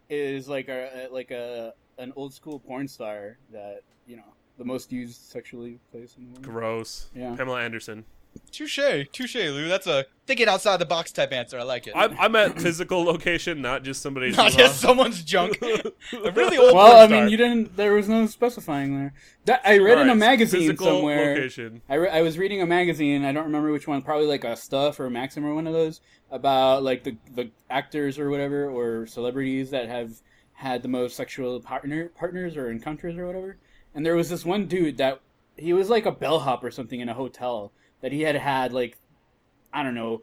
is like a like a an old school porn star that you know the most used sexually place in the world. Gross. Yeah. Pamela Anderson. touche, touche, Lou. That's a thinking outside the box type answer. I like it. I'm, I'm at physical location, not just somebody's. Not mom. just someone's junk. a really old. Well, porn I star. mean, you didn't. There was no specifying there. That, I read in a Alright, magazine physical somewhere. Location. I, re- I was reading a magazine. I don't remember which one. Probably like a Stuff or Maxim or one of those about like the the actors or whatever or celebrities that have had the most sexual partner partners or encounters or whatever. And there was this one dude that he was like a bellhop or something in a hotel that he had had like I don't know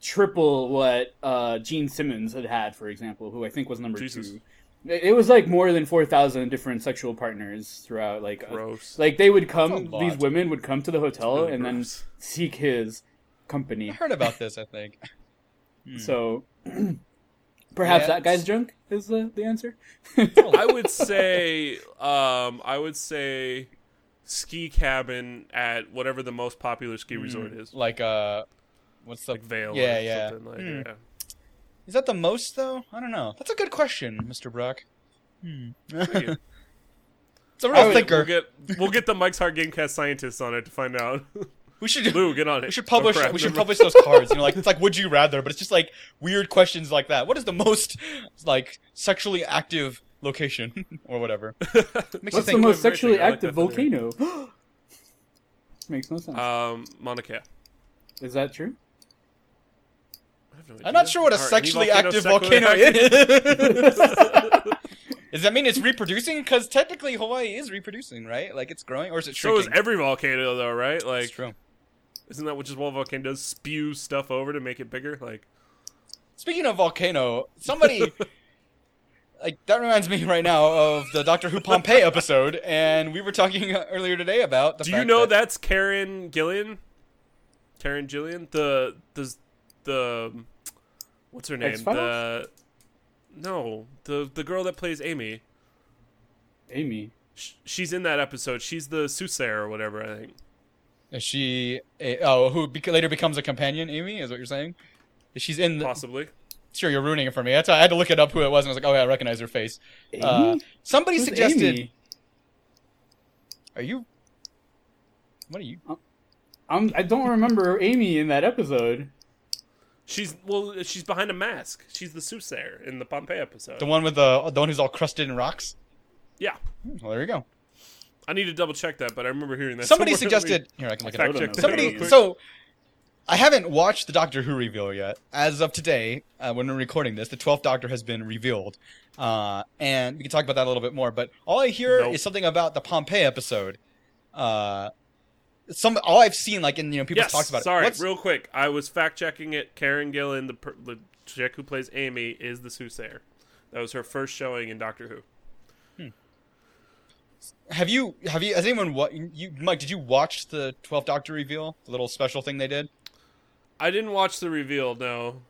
triple what uh, Gene Simmons had had, for example, who I think was number Jesus. two. It it was like more than four thousand different sexual partners throughout like a- Gross. like they would That's come, a lot. these women would come to the hotel really and gross. then seek his I company. heard about this. I think. So Hmm. Yeah, perhaps that guy's it's- drunk is the, the answer. I would say, um, I would say, ski cabin at whatever the most popular ski resort is, like, Like uh, what's the Vail. or Hmm. Yeah, yeah. something like, Hmm. yeah. Is that the most though? I don't know. That's a good question, Mr. Brock. Hmm. you. it's a I real would- thinker. We'll get we'll get the Mike's Hard Gamecast scientists on it to find out. we should do. Lou, get on it. We should publish. Oh, crap, we should never- publish those cards. You know, like it's like would you rather, but it's just like weird questions like that. What is the most like sexually active location or whatever? Makes you What's the think. mo- most of everything. sexually I like active that for the- volcano? Makes no Uh, sense. Um, Monica. is that true? I have no I'm not idea. sure what a Are any sexually volcanoes active sexually volcano active? is. Does that mean it's reproducing? Because technically Hawaii is reproducing, right? Like it's growing, or is it So shrinking? is every volcano though, right? That's Like, true. isn't that what just one volcano does? Spew stuff over to make it bigger. Like, Speaking of volcano, somebody like that reminds me right now of the Doctor Who Pompeii episode, and we were talking earlier today about. The do you fact know that's Karen Gillian? Karen Gillian, the the the what's her name? X-Files? The no, the the girl that plays Amy. Amy. Sh- She's in that episode. She's the soothsayer or whatever. I think. Is she a, oh who bec- later becomes a companion? Amy is what you're saying. She's in. The, Possibly. sure, you're ruining it for me. That's I had to look it up who it was, and I was like, oh yeah, I recognize her face. Amy? Uh, somebody Who's suggested. Amy? Are you? What are you? I'm, I don't remember Amy in that episode. She's well. She's behind a mask. She's the soothsayer in the Pompeii episode. The one with the the one who's all crusted in rocks. Hmm, yeah, Well, there you go. I need to double check that, but I remember hearing that. Somebody somewhere. suggested. Here, I can look it up. Fact check Somebody- that real Somebody, so quick. I haven't watched the Doctor Who reveal yet. As of today, uh, when we're recording this, the twelfth Doctor has been revealed, uh, and we can talk about that a little bit more. But all I hear Nope. is something about the Pompeii episode. Uh, some all I've seen, like in you know people yes. talk about. sorry, it. What's- real quick. I was fact checking it. Karen Gillan, the, per- the chick who plays Amy, is the soothsayer. That was her first showing in Doctor Who. have you have you has anyone what you Mike? Did you watch the twelfth Doctor reveal? The little special thing they did. I didn't watch the reveal. No.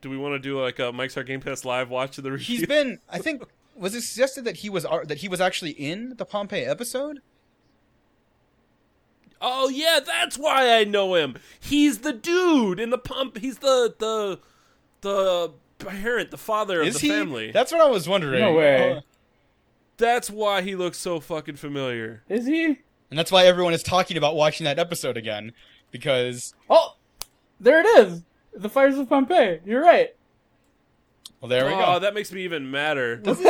Do we want to do like a Mike's Our Game Pass live watch of the reveal? He's been. I think was it suggested that he was ar- that he was actually in the Pompeii episode. Oh yeah, that's why I know him. He's the dude in the pump. He's the the the parent, the father of Is the he? family. That's what I was wondering. No way. Uh, that's why he looks so fucking familiar. Is he? and that's why everyone is talking about watching that episode again because Oh, there it is. The fires of Pompeii. You're right. well, there we oh, go. that makes me even madder. That's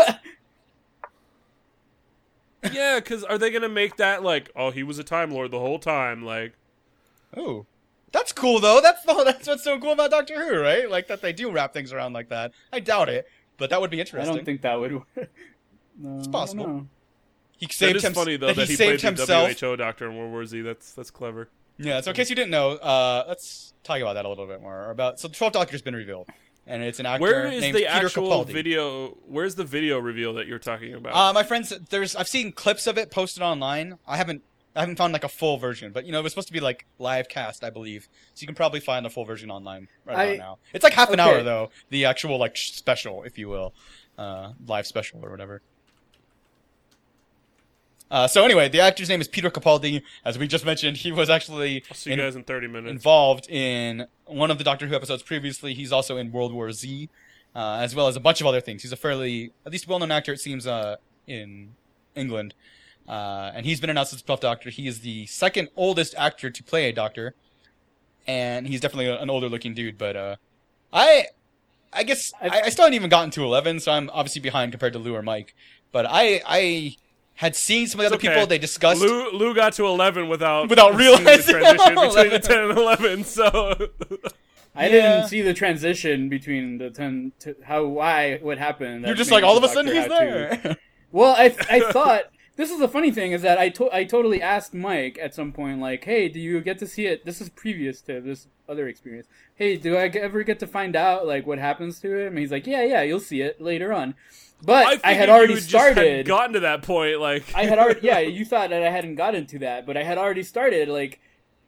yeah, because are they gonna make that like? Oh, he was a time lord the whole time. Like, Ooh. That's cool though. That's the that's what's so cool about Doctor Who, right? Like that they do wrap things around like that. I doubt it, but that would be I interesting. don't think that would work. No, it's possible. he it saved is him- funny though that, he, he saved played himself. the WHO doctor in World War Z. That's that's clever. Yeah, so in case you didn't know, uh, let's talk about that a little bit more. About so the Twelfth Doctor's been revealed, and it's an actor Where is named the Peter actual Capaldi. video? Where's the video reveal that you're talking about? Uh, my friends, there's I've seen clips of it posted online. I haven't I haven't found like a full version, but you know it was supposed to be like live cast, I believe. So you can probably find the full version online right I- about now. It's like half an hour Okay. though, the actual like sh- special, if you will, uh, live special or whatever. Uh, so anyway, the actor's name is Peter Capaldi. As we just mentioned, he was actually I'll see you in- guys in 30 minutes. involved in one of the Doctor Who episodes previously. He's also in World War Z, uh, as well as a bunch of other things. He's a fairly, at least, well-known actor. It seems uh, in England, uh, and he's been announced as the Twelfth Doctor. He is the second oldest actor to play a Doctor, and he's definitely an older-looking dude. But uh, I, I guess I, I still haven't even gotten to eleven, so I'm obviously behind compared to Lou or Mike. But I, I had seen some of the It's other okay. people they discussed. Lou, Lou got to 11 without Without seeing the realizing. transition between the 10 and 11. So I Yeah. didn't see the transition between the ten. To how why what happened? that You're just made like all of the a sudden doctor he's have to- there. Well, I I thought this is the funny thing is that I to- I totally asked Mike at some point like, hey, do you get to see it? This is previous to this other experience. Hey, do I g- ever get to find out like what happens to him? And he's like, yeah, yeah, you'll see it later on. But I, figured had you already had just started. hadn't gotten to that point. Like I had already yeah. You thought that I hadn't gotten to that, but I had already started like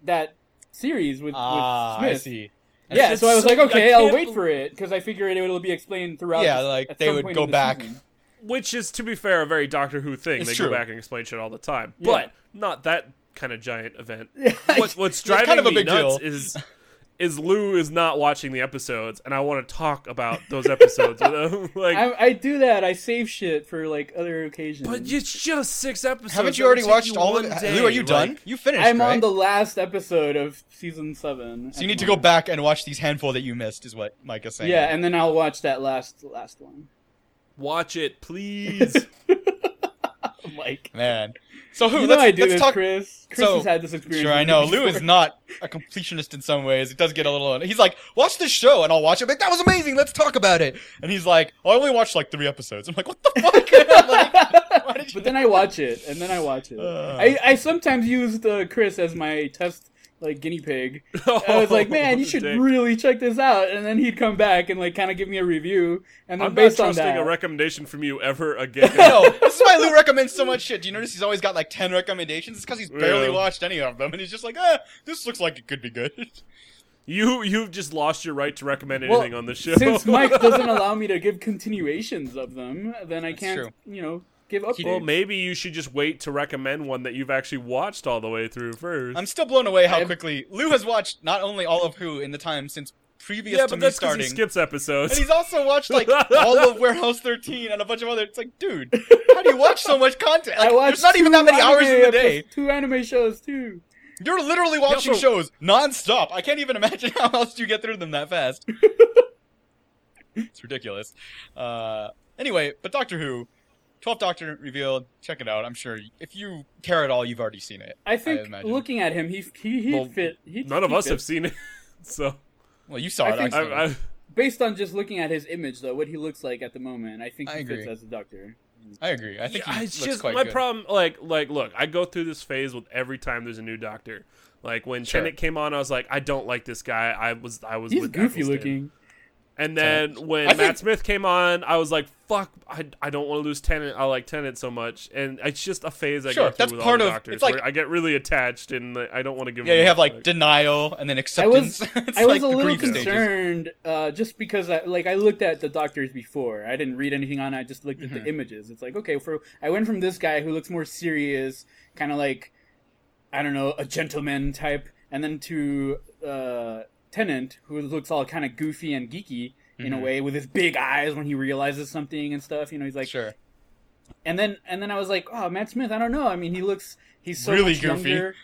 that series with, ah, with I Smith. see. And Yeah, it's so I was so- like, I okay, I'll can't wait bel- for it because I figured it will be explained throughout. Yeah, this- like, at they some would point go of the back. season. which is to be fair a very Doctor Who thing. It's they true. go back and explain shit all the time, Yeah. but not that kind of giant event. Yeah. What, what's driving kind of a me big nuts deal. is is Lou is not watching the episodes, and I want to talk about those episodes. with him. like, I, I do that. I save shit for like other occasions. but it's just six episodes. Haven't you It'll already take watched you all of one it? day, Lou, are you done? like- you finished. I'm on right? the last episode of season seven. So you need to go back and watch these handful that you missed, is what Mike is saying. Yeah, and then I'll watch that last last one. Watch it, please. Like, man. So who? you know let's I do let's this, talk. Chris. Chris So- has had this experience. Sure, I with know. me Lou is before. not a completionist in some ways. It does get a little. He's like, watch this show, and I'll watch it. Like that was amazing. Let's talk about it. And he's like, oh, I only watched like three episodes. I'm like, what the fuck? Like, why did you- But then I watch it, and then I watch it. Uh. I, I sometimes used uh, Chris as my test like guinea pig. I was Oh, like, man, you should Dang. really check this out. And then he'd come back and like kind of give me a review, and then I'm not based on trusting that, a recommendation from you ever again. no, this is why Lou recommends so much shit. Do you notice he's always got like ten recommendations? It's because he's barely Yeah. watched any of them, and he's just like, eh, this looks like it could be good. You you've just lost your right to recommend Well, anything on the show. since Mike doesn't allow me to give continuations of them, then I can't, true. you know, give updates. well, maybe you should just wait to recommend one that you've actually watched all the way through first. I'm still blown away how I've- quickly Lou has watched not only all of Who in the time since previous yeah, to but me that's because he starting, skips episodes. and he's also watched like all of Warehouse 13 and a bunch of other. It's like, dude, how do you watch so much content? Like, I watch there's not even that many two hours in the anime day. episodes- Two anime shows too. You're literally watching also- shows nonstop. I can't even imagine how else you get through them that fast. it's ridiculous. Uh, anyway, but Doctor Who, Twelfth Doctor revealed. Check it out. I'm sure if you care at all, you've already seen it. I think imagine. looking at him, he he, he Well, fit. He, None of he us fit. have seen it, so Well, you saw I it. think- I, accidentally. I, Based on just looking at his image, though, what he looks like at the moment, I think he I fits agree. as a doctor. I agree. I think Yeah, he it's looks just quite my good. problem. Like, like, look, I go through this phase with every time there's a new doctor. Like when Sure. Tennant came on, I was like, I don't like this guy. I was, I was. He's with goofy Eccleston. looking. And then I when think- Matt Smith came on, I was like, fuck, I, I don't want to lose Tennant. I like Tennant so much, and it's just a phase I Sure, go through that's with part all the of- doctors. it's like- where I get really attached, and I don't want to give. Yeah, them you have up. like denial and then I acceptance. was It's I was like a the little grief stages. concerned uh, just because I like I looked at the doctors before. I didn't read anything on. it. I just looked at Mm-hmm. the images. It's like okay, for I went from this guy who looks more serious, kind of like I don't know, a gentleman type, and then to uh, Tennant who looks all kind of goofy and geeky in a Mhm. way with his big eyes when he realizes something and stuff. You know, he's like sure. and then and then I was like, oh, Matt Smith. I don't know. I mean, he looks he's so Really much goofy. younger.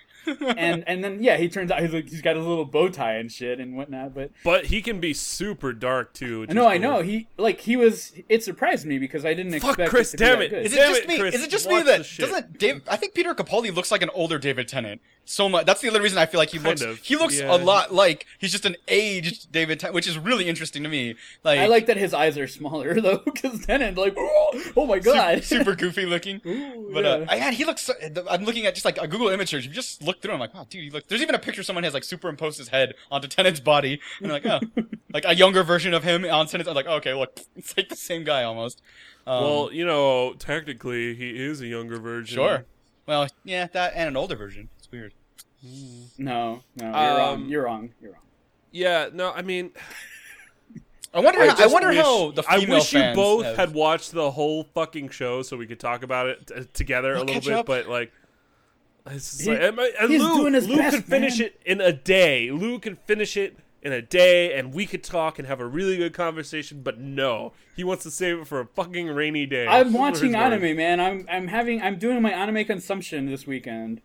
and and then yeah, he turns out he's, like, he's got his little bow tie and shit and whatnot. But But he can be super dark too. which no, is I cool. know he like he was. It surprised me because I didn't Fuck, expect. Chris, it to be damn that it. good. Is it Damn just it, me? Chris, is it just watch me the that shit. doesn't Dave? I think Peter Capaldi looks like an older David Tennant so much. That's the only reason I feel like he Kind looks. of, He looks yeah. a lot like he's just an aged David Tennant, which is really interesting to me. Like, I like that his eyes are smaller though, because Tennant like oh, oh my su- god, super goofy looking. Ooh, But yeah. uh, I- man, he looks. So, I'm looking at just like a Google image search. You just look through. I'm like, wow, dude. You look. There's even a picture someone has like superimposed his head onto Tennant's body, and I'm like, oh, like a younger version of him on Tennant's. I'm like, oh, okay, look, it's like the same guy almost. Um, Well, you know, technically, he is a younger version. sure. Well, yeah, that and an older version. It's weird. no, no, you're Um, wrong. You're wrong. You're wrong. Yeah. No, I mean, I wonder. I, I, just wonder wish- how the I female wish you fans both have- had watched the whole fucking show so we could talk about it t- uh, together We'll a little catch bit. up. But like, it's just He- like- and, my- and he's Lou, doing his Lou best, could finish man. it in a day. Lou could finish it in a day, and we could talk and have a really good conversation. But no, he wants to save it for a fucking rainy day. I'm Those were his watching words. anime, man. I'm I'm having I'm doing my anime consumption this weekend.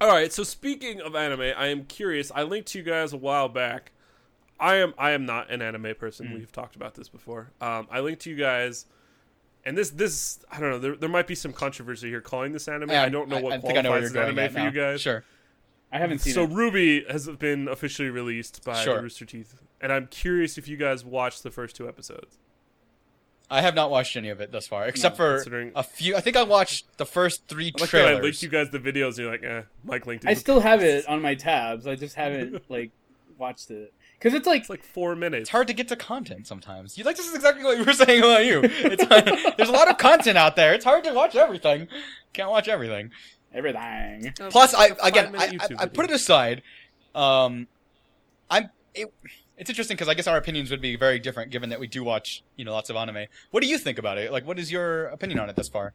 All right. So speaking of anime, I am curious. I linked to you guys a while back. I am I am not an anime person. Hmm. We've talked about this before. Um, I linked to you guys, and this this I don't know. There, there might be some controversy here calling this anime. I don't know what think I know where qualifies you're as going anime at for now. you guys. Sure. I haven't seen So it. Ruby has been officially released by Sure. the Rooster Teeth, and I'm curious if you guys watched the first two episodes. I have not watched any of it thus far, except for considering- a few. I think I watched the first three Like that I linked trailers. you guys the videos, and you're like, eh, Mike linked it. I still have it on my tabs. I just haven't like watched it because it's like It's like four minutes. It's hard to get to content sometimes. You like this is exactly what we were saying about you. It's, there's a lot of content out there. It's hard to watch everything. Can't watch everything. everything. Plus, I It's a again, five-minute I, I, YouTube I put it video. aside. Um, I'm. It, it's interesting because I guess our opinions would be very different, given that we do watch you know lots of anime. What do you think about it? Like, what is your opinion on it thus far?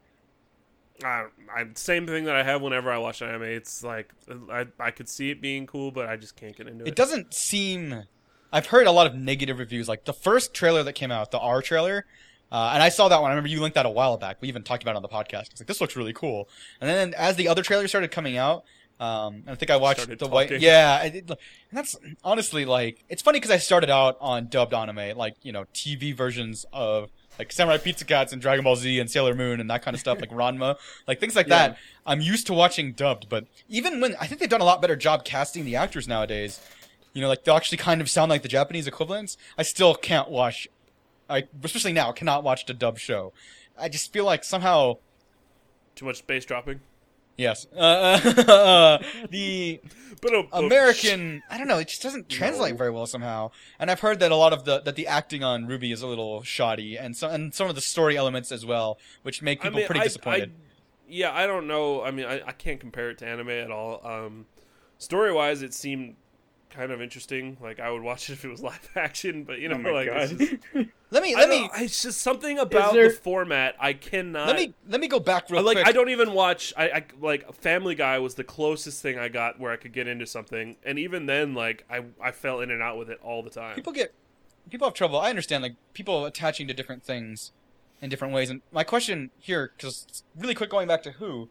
I, I same thing that I have whenever I watch anime. It's like I, I could see it being cool, but I just can't get into it. It doesn't seem. I've heard a lot of negative reviews. Like the first trailer that came out, the R trailer, uh, and I saw that one. I remember you linked that a while back. We even talked about it on the podcast. It's like this looks really cool. And then as the other trailers started coming out, um, and I think I watched Started the white. talking. Yeah, I did, and that's honestly like it's funny because I started out on dubbed anime, like you know TV versions of like Samurai Pizza Cats and Dragon Ball Z and Sailor Moon and that kind of stuff, like Ranma, like things like Yeah. that. I'm used to watching dubbed, but even when I think they've done a lot better job casting the actors nowadays, you know, like they actually kind of sound like the Japanese equivalents. I still can't watch, I especially now cannot watch the dub show. I just feel like somehow, Too much bass dropping. yes, uh, uh, the But oh, oh, American, I don't know, it just doesn't translate very well somehow. And I've heard that a lot of the that the acting on Ruby is a little shoddy, and some and some of the story elements as well, which make people pretty disappointed. yeah, I don't know. I mean, I, I can't compare it to anime at all. Um, story wise, it seemed kind of interesting. Like I would watch it if it was live action, but you know, Oh my like it's God. just, let me I let don't- me It's just something about there- the format. I cannot. let me let me go back real like quick. I don't even watch. I, I like Family Guy was the closest thing I got where I could get into something, and even then, like I I fell in and out with it all the time. people get people have trouble. I understand like people attaching to different things in different ways. And my question here, because really quick, going back to who,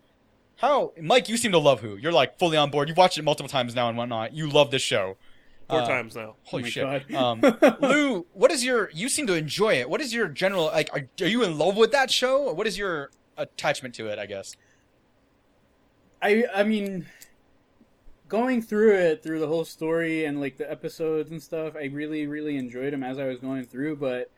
how Mike, you seem to love who. You're like fully on board. You've watched it multiple times now and whatnot. You love this show. Four Uh, times now. Holy Oh my shit. God. Um, Lou, what is your? You seem to enjoy it. What is your general like? Are, are you in love with that show? Or what is your attachment to it? I guess. I I mean, going through it through the whole story and like the episodes and stuff, I really really enjoyed them as I was going through. But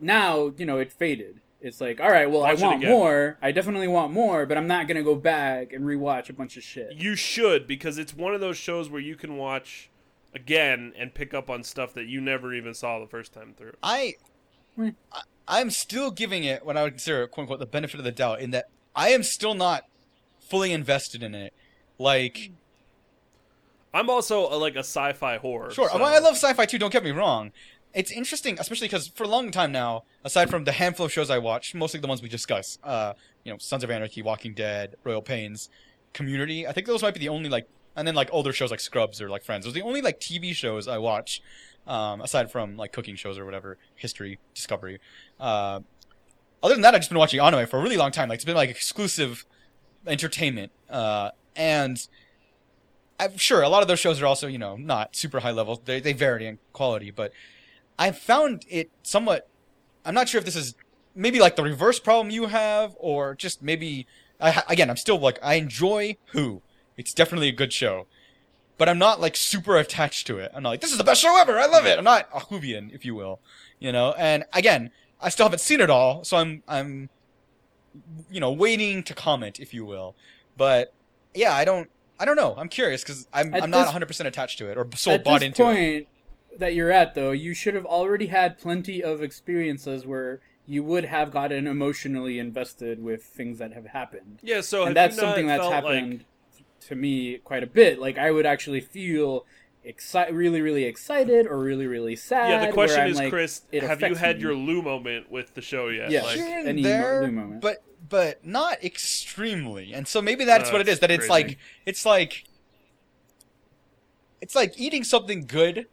now you know it faded. It's like all right, well Watch it I want again. more. I definitely want more, but I'm not gonna go back and rewatch a bunch of shit. You should because it's one of those shows where you can watch again and pick up on stuff that you never even saw the first time through. I, Hmm. I I'm still giving it what I would consider quote unquote the benefit of the doubt in that I am still not fully invested in it. Like, I'm also a, like a sci-fi horror. sure, so- well, I love sci-fi too. Don't get me wrong. It's interesting, especially because for a long time now, aside from the handful of shows I watch, mostly the ones we discuss, uh, you know, Sons of Anarchy, Walking Dead, Royal Pains, Community. I think those might be the only like, and then like older shows like Scrubs or like Friends. Those are the only like TV shows I watch, um, aside from like cooking shows or whatever, History, Discovery. Uh, other than that, I've just been watching anime for a really long time. Like it's been like exclusive entertainment, uh, and I'm sure a lot of those shows are also you know not super high level. They they vary in quality, but I found it somewhat. I'm not sure if this is maybe like the reverse problem you have, or just maybe I, ha- again I'm still like I enjoy Who. It's definitely a good show, but I'm not like super attached to it. I'm not like this is the best show ever. I love it. I'm not a Whovian, if you will, you know. And again, I still haven't seen it all, so I'm I'm you know waiting to comment, if you will. But yeah, I don't I don't know. I'm curious because I'm At I'm not this- 100 percent attached to it or so At bought this into it. point that you're at though, you should have already had plenty of experiences where you would have gotten emotionally invested with things that have happened. Yeah, so have and that's you not something that's felt happened Like, to me quite a bit. Like I would actually feel exci- really, really excited or really, really sad. yeah, the where question I'm is, like, Chris, it have you affects had me. your Lou moment with the show yet? Yeah. Like, here and any mo- there, new moment. but but not extremely. And so maybe that's No, what it it's is. That it's crazy. like it's like it's like eating something good,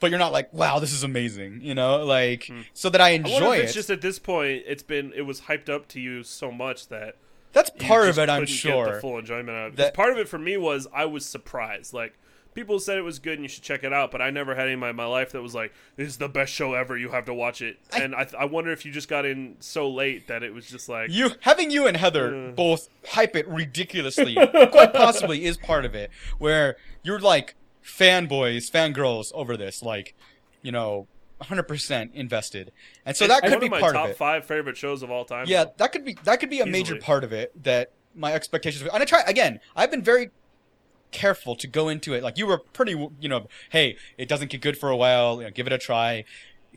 but you're not like, wow, this is amazing. You know, like Hmm. so that I I enjoy wonder if it. it's just at this point, it's been it was hyped up to you so much that that's you part of just it. I'm couldn't Get the sure. full enjoyment out of it. That- 'Cause part of it for me was I was surprised. Like people said it was good and you should check it out, but I never had anybody in my life that was like, "This is the best show ever. You have to watch it." I- and I, th- I wonder if you just got in so late that it was just like, You having you and Heather Uh. both hype it ridiculously, quite possibly is part of it. Where you're like fanboys, fangirls over this, like you know, 100 percent invested, and so It's that could one be of my part top of it. five favorite shows of all time. Yeah, though. that could be that could be a major Easily. part of it that my expectations. And I try again. I've been very careful to go into it. Like you were pretty, you know, hey, it doesn't get good for a while. You know, give it a try.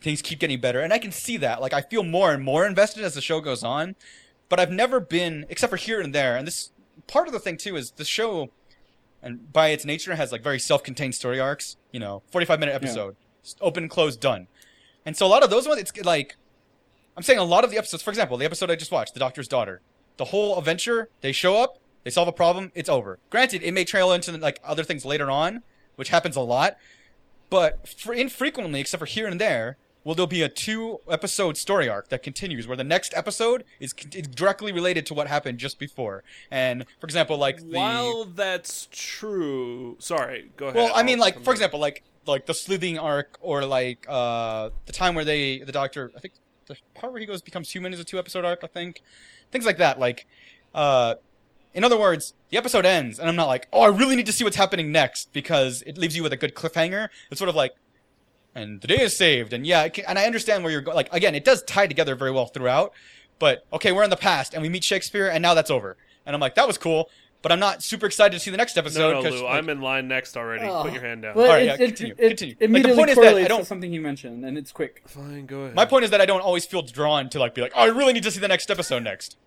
Things keep getting better, and I can see that. Like I feel more and more invested as the show goes on. But I've never been, except for here and there. And this part of the thing too is the show, and by its nature, has like very self-contained story arcs. You know, forty-five minute episode, Just open and close, done. And so a lot of those ones, it's like I'm saying a lot of the episodes, for example, the episode I just watched, The Doctor's Daughter, the whole adventure, they show up, they solve a problem, it's over. Granted, it may trail into like other things later on, which happens a lot, but for infrequently, except for here and there, will there be a two episode story arc that continues where the next episode is con- is directly related to what happened just before. And for example, like the While that's true, sorry, go ahead. well, I I'll mean, like come for back. example, like like the sleuthing arc, or like uh the time where they the doctor, I think the part where he goes becomes human is a two episode arc, I think, things like that. Like, uh, in other words, the episode ends, and I'm not like, oh, I really need to see what's happening next because it leaves you with a good cliffhanger. It's sort of like, and the day is saved, and yeah, it ca- and I understand where you're going. Like again, it does tie together very well throughout, but okay, we're in the past, and we meet Shakespeare, and now that's over, and I'm like, that was cool. But I'm not super excited to see the next episode. no, no, 'cause, Lou, like- I'm in line next already. Put your hand down. But All right, it, yeah, it- continue, it continue. Like, the immediately point is that I correlates don't- to something you mentioned, and it's quick. Fine, go ahead. My point is that I don't always feel drawn to like be like, oh, I really need to see the next episode next.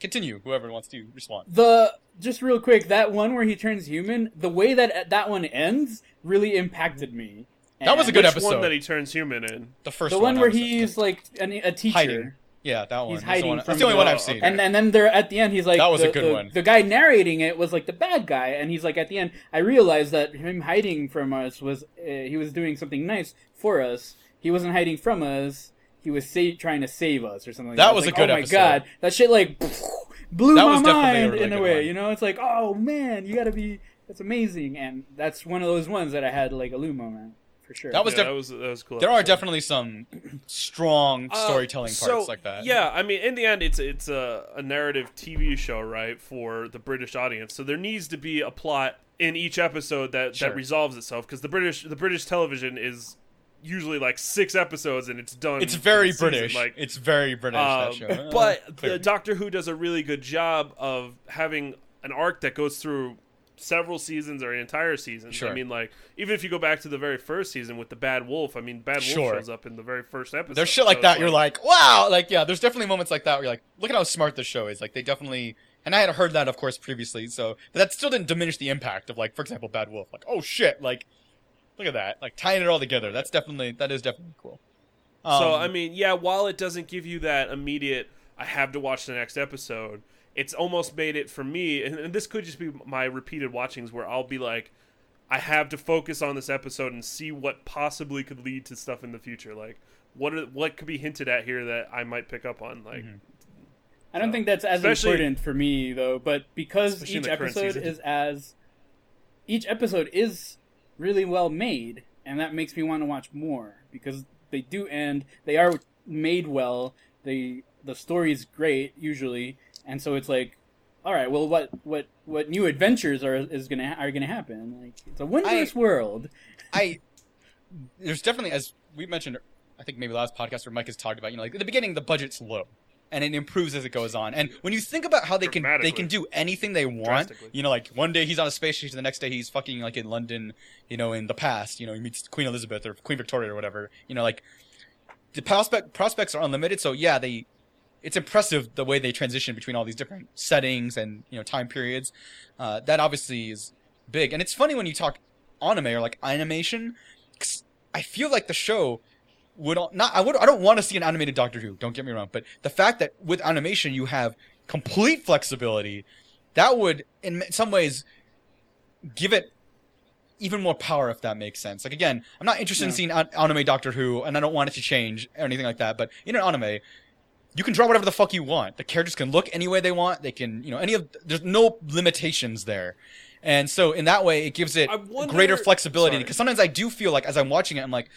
Continue, whoever wants to respond. The just real quick, that one where he turns human, the way that uh, that one ends really impacted me. That was a And good Which episode. one that he turns human in? The first The one, one where obviously. he's like an, a teacher. hiding. Yeah, that one. He's That's the hiding one- That's the, from only the- one I've seen. okay. And, and then there at the end, he's like, That was the, a good the- one. The guy narrating it was like the bad guy, and he's like, at the end, I realized that him hiding from us was uh, he was doing something nice for us. He wasn't hiding from us. He was sa- trying to save us or something. Like That that was It's a like, good Oh my episode. god, that shit like blew That my was definitely a mind really in a good way. one. You know, it's like, oh man, you got to be that's amazing. And that's one of those ones that I had like a Lou moment for sure. That was yeah, def- that was that was cool. There are definitely some strong Uh, storytelling so, parts like that. Yeah, I mean, in the end, it's it's a, a narrative TV show, right, for the British audience. So there needs to be a plot in each episode that Sure. that resolves itself because the British the British television is usually like six episodes and it's done. It's for the very season, British. like it's very British that um, show. Uh, But clear. the Doctor Who does a really good job of having an arc that goes through several seasons or entire seasons. I Sure. mean, like even if you go back to the very first season with the Bad Wolf, I mean, Bad Wolf Sure. shows up in the very first episode. there's shit So like it's that. You're like, wow, like yeah. There's definitely moments like that where you're like, look at how smart this show is. Like they definitely, and I had heard that of course previously. So, but that still didn't diminish the impact of like, for example, Bad Wolf. Like, oh shit, like look at that, like tying it all together. That's definitely that is definitely cool. so Um, I mean, yeah, while it doesn't give you that immediate, I have to watch the next episode. It's almost made it for me, and, and this could just be my repeated watchings where I'll be like, I have to focus on this episode and see what possibly could lead to stuff in the future. Like, what are, what could be hinted at here that I might pick up on? Like, I don't think that's as Especially- important for me though, but because Especially in each the current episode season. is as each episode is really well made, and that makes me want to watch more because they do end. They are made well. They the story's great usually, and so it's like, all right, well, what what what new adventures are is gonna are gonna happen? Like it's a wondrous world. I there's definitely as we mentioned, I think maybe last podcast where Mike has talked about, you know, like at the beginning the budget's low and it improves as it goes on. And when you think about how they can they Dramatically. can do anything they want, Drastically. you know, like one day he's on a space station, the next day he's fucking like in London, you know, in the past, you know, he meets Queen Elizabeth or Queen Victoria or whatever, you know, like the prospect prospects are unlimited. So yeah, they it's impressive the way they transition between all these different settings and you know time periods. Uh, that obviously is big, and it's funny when you talk anime or like animation. 'cause I feel like the show would al- not. I would. I don't want to see an animated Doctor Who. Don't get me wrong, but the fact that with animation you have complete flexibility, that would in some ways give it even more power if that makes sense. Like again, I'm not interested in Yeah. seeing an- anime Doctor Who, and I don't want it to change or anything like that. But in an anime, you can draw whatever the fuck you want. The characters can look any way they want. They can, you know, any of there's no limitations there. And so in that way, it gives it I wonder- greater flexibility. Sorry. Because sometimes I do feel like as I'm watching it, I'm like,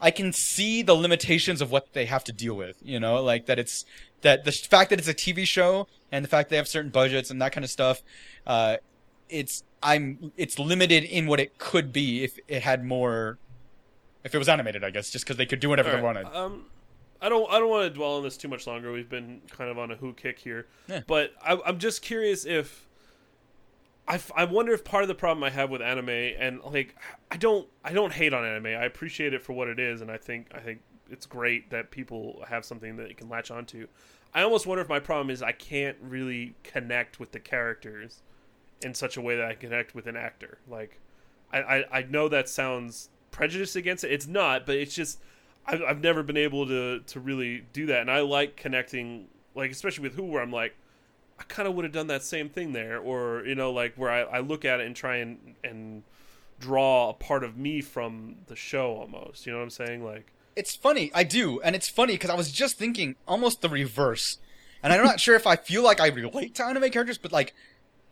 I can see the limitations of what they have to deal with. You know, like that it's that the fact that it's a TV show and the fact they have certain budgets and that kind of stuff. Uh, it's I'm it's limited in what it could be if it had more. If it was animated, I guess, just because they could do whatever they All right, wanted. Um, I don't. I don't want to dwell on this too much longer. We've been kind of on a who kick here, Yeah. but I, I'm just curious if. I, f- I wonder if part of the problem I have with anime and like I don't I don't hate on anime. I appreciate it for what it is, and I think I think it's great that people have something that they can latch onto. I almost wonder if my problem is I can't really connect with the characters in such a way that I connect with an actor. Like, I, I, I know that sounds prejudiced against it. It's not, but it's just I've, I've never been able to to really do that. And I like connecting, like especially with who, where I'm like, I kind of would have done that same thing there, or you know, like where I, I look at it and try and and draw a part of me from the show almost. You know what I'm saying? Like, It's funny, I do, and it's funny because I was just thinking almost the reverse, and I'm not sure if I feel like I relate to anime characters, but like,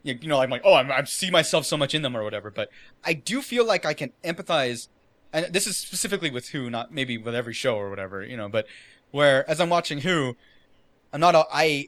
you you know, I'm like, oh, I'm, I see myself so much in them or whatever. But I do feel like I can empathize, and this is specifically with Who, not maybe with every show or whatever, you know. But where as I'm watching Who, I'm not a, I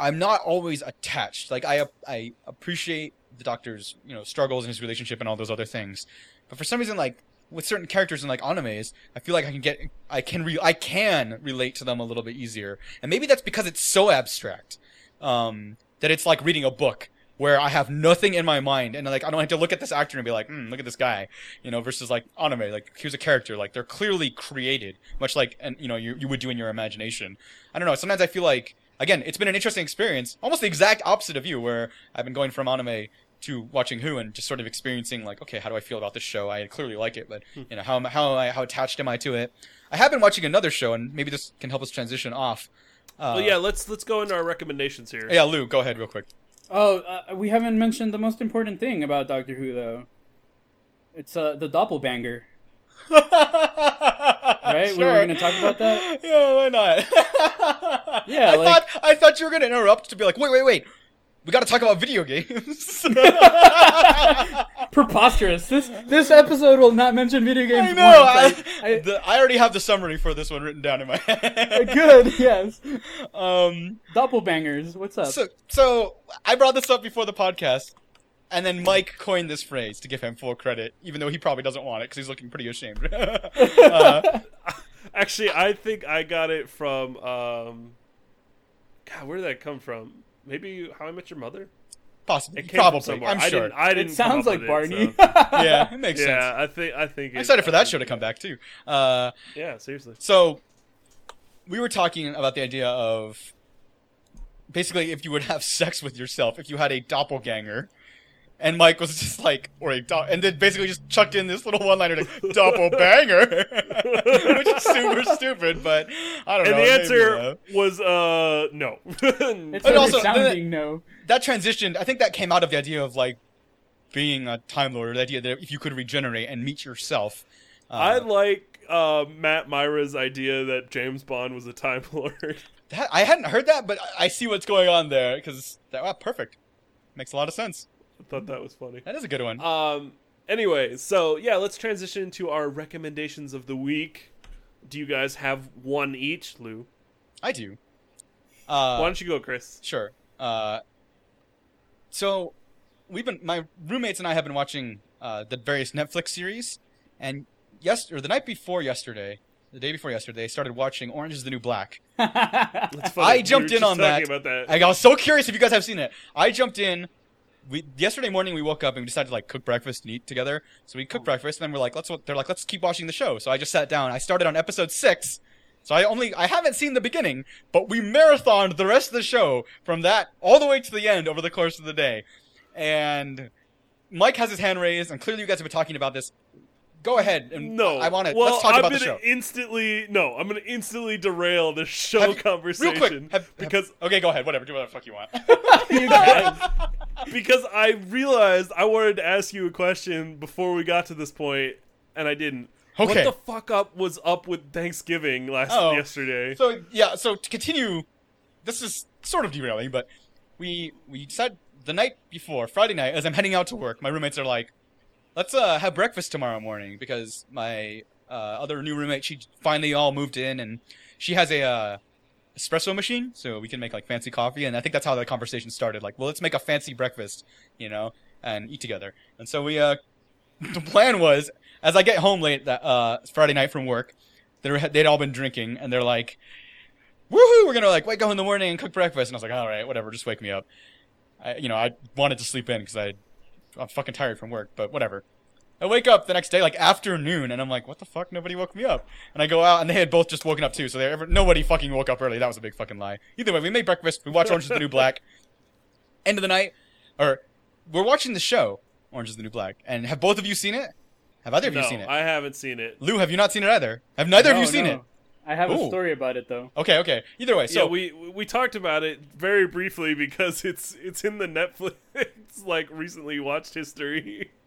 I'm not always attached. Like I I appreciate the Doctor's you know struggles and his relationship and all those other things, but for some reason like with certain characters in like animes, I feel like I can get I can re- I can relate to them a little bit easier, and maybe that's because it's so abstract um, that it's like reading a book where I have nothing in my mind and like I don't have to look at this actor and be like, mm, look at this guy, you know, versus like anime, like here's a character, like they're clearly created, much like and you know you you would do in your imagination. I don't know. Sometimes I feel like again, it's been an interesting experience, almost the exact opposite of you, where I've been going from anime to watching Who and just sort of experiencing like, okay, how do I feel about this show? I clearly like it, but Hmm. you know, how am, how am I, how attached am I to it? I have been watching another show, and maybe this can help us transition off. Uh, well, yeah, let's let's go into our recommendations here. yeah, Lou, go ahead real quick. Oh, uh, we haven't mentioned the most important thing about Doctor Who though. It's uh, the doppelbanger. right? we were gonna talk about that? Yeah, why not? Yeah, I like- thought I thought you were gonna interrupt to be like, wait, wait, wait. we got to talk about video games. Preposterous. This this episode will not mention video games. I know. I, once. I- I- the, I already have the summary for this one written down in my head. good. Yes. Um, Doppelbangers. What's up? so, so I brought this up before the podcast, and then Mike coined this phrase to give him full credit, even though he probably doesn't want it because he's looking pretty ashamed. uh, Actually, I think I got it from. Um, God, where did that come from? Maybe How I Met Your Mother. possibly, It came probably. from somewhere. I'm I sure. Didn't, I it didn't. come sounds up like with Barney. It, so- Yeah, it makes sense. Yeah, I think. I think. I'm it- excited for that I show to think- come back too. Uh, Yeah, seriously. so we were talking about the idea of basically if you would have sex with yourself if you had a doppelganger. And Mike was just like, or a do- and then basically just chucked in this little one-liner like doppelbanger, which is super stupid. But I don't know. And the maybe, answer uh, was uh no. And It's a also, resounding no. that transitioned. I think that came out of the idea of like being a time lord, the idea that if you could regenerate and meet yourself. Uh, I like uh, Matt Myra's idea that James Bond was a Time Lord. That, I hadn't heard that, but I I see what's going on there because that wow, perfect makes a lot of sense. I thought that was funny. That is a good one. Um. Anyway, so yeah, let's transition to our recommendations of the week. Do you guys have one each, Lou? I do. Uh, Why don't you go, Chris? Sure. Uh, so we've been my roommates and I have been watching uh, the various Netflix series, and yes, or the night before yesterday, the day before yesterday, I started watching Orange Is the New Black. That's I We were jumped in just on that. talking About that. I was so curious if you guys have seen it. I jumped in. We yesterday morning we woke up and we decided to like cook breakfast and eat together. So we Oh. cooked breakfast and then we're like, let's. They're like, let's keep watching the show. So I just sat down. I started on episode six. So I only I haven't seen the beginning, but we marathoned the rest of the show from that all the way to the end over the course of the day. And Mike has his hand raised, and clearly you guys have been talking about this. Go ahead and no, I, want to Well, let's talk I'm about gonna the show. Instantly, no, I'm gonna instantly derail the show Have you- conversation Real quick, have- have- because okay, go ahead, whatever, do whatever the fuck you want. because I realized I wanted to ask you a question before we got to this point, and I didn't. Okay. What the fuck up was up with Thanksgiving last Oh. yesterday? So yeah, so to continue, this is sort of derailing, but we we said the night before Friday night as I'm heading out to work, my roommates are like, "Let's uh, have breakfast tomorrow morning," because my uh, other new roommate she finally all moved in and she has a uh, espresso machine, so we can make like fancy coffee, and I think that's how the conversation started. Like, well, let's make a fancy breakfast, you know, and eat together. And so we uh, the plan was as I get home late that uh, Friday night from work, they were, they'd all been drinking, and they're like, "Woohoo! We're gonna like wake up in the morning and cook breakfast." And I was like, "All right, whatever, just wake me up." I, you know, I wanted to sleep in because I, I'm fucking tired from work, but whatever. I wake up the next day, like afternoon, and I'm like, "What the fuck? Nobody woke me up." And I go out, and they had both just woken up too, so they ever nobody fucking woke up early. That was a big fucking lie. Either way, we made breakfast, we watched Orange Is the New Black. End of the night, or we're watching the show Orange Is the New Black, and have both of you seen it? Have either of no, you seen it? I haven't seen it. Lou, have you not seen it either? Have neither of No, you seen no. it? I have Ooh. a story about it though. Okay, okay. Either way, so yeah, we we talked about it very briefly because it's it's in the Netflix like recently watched history.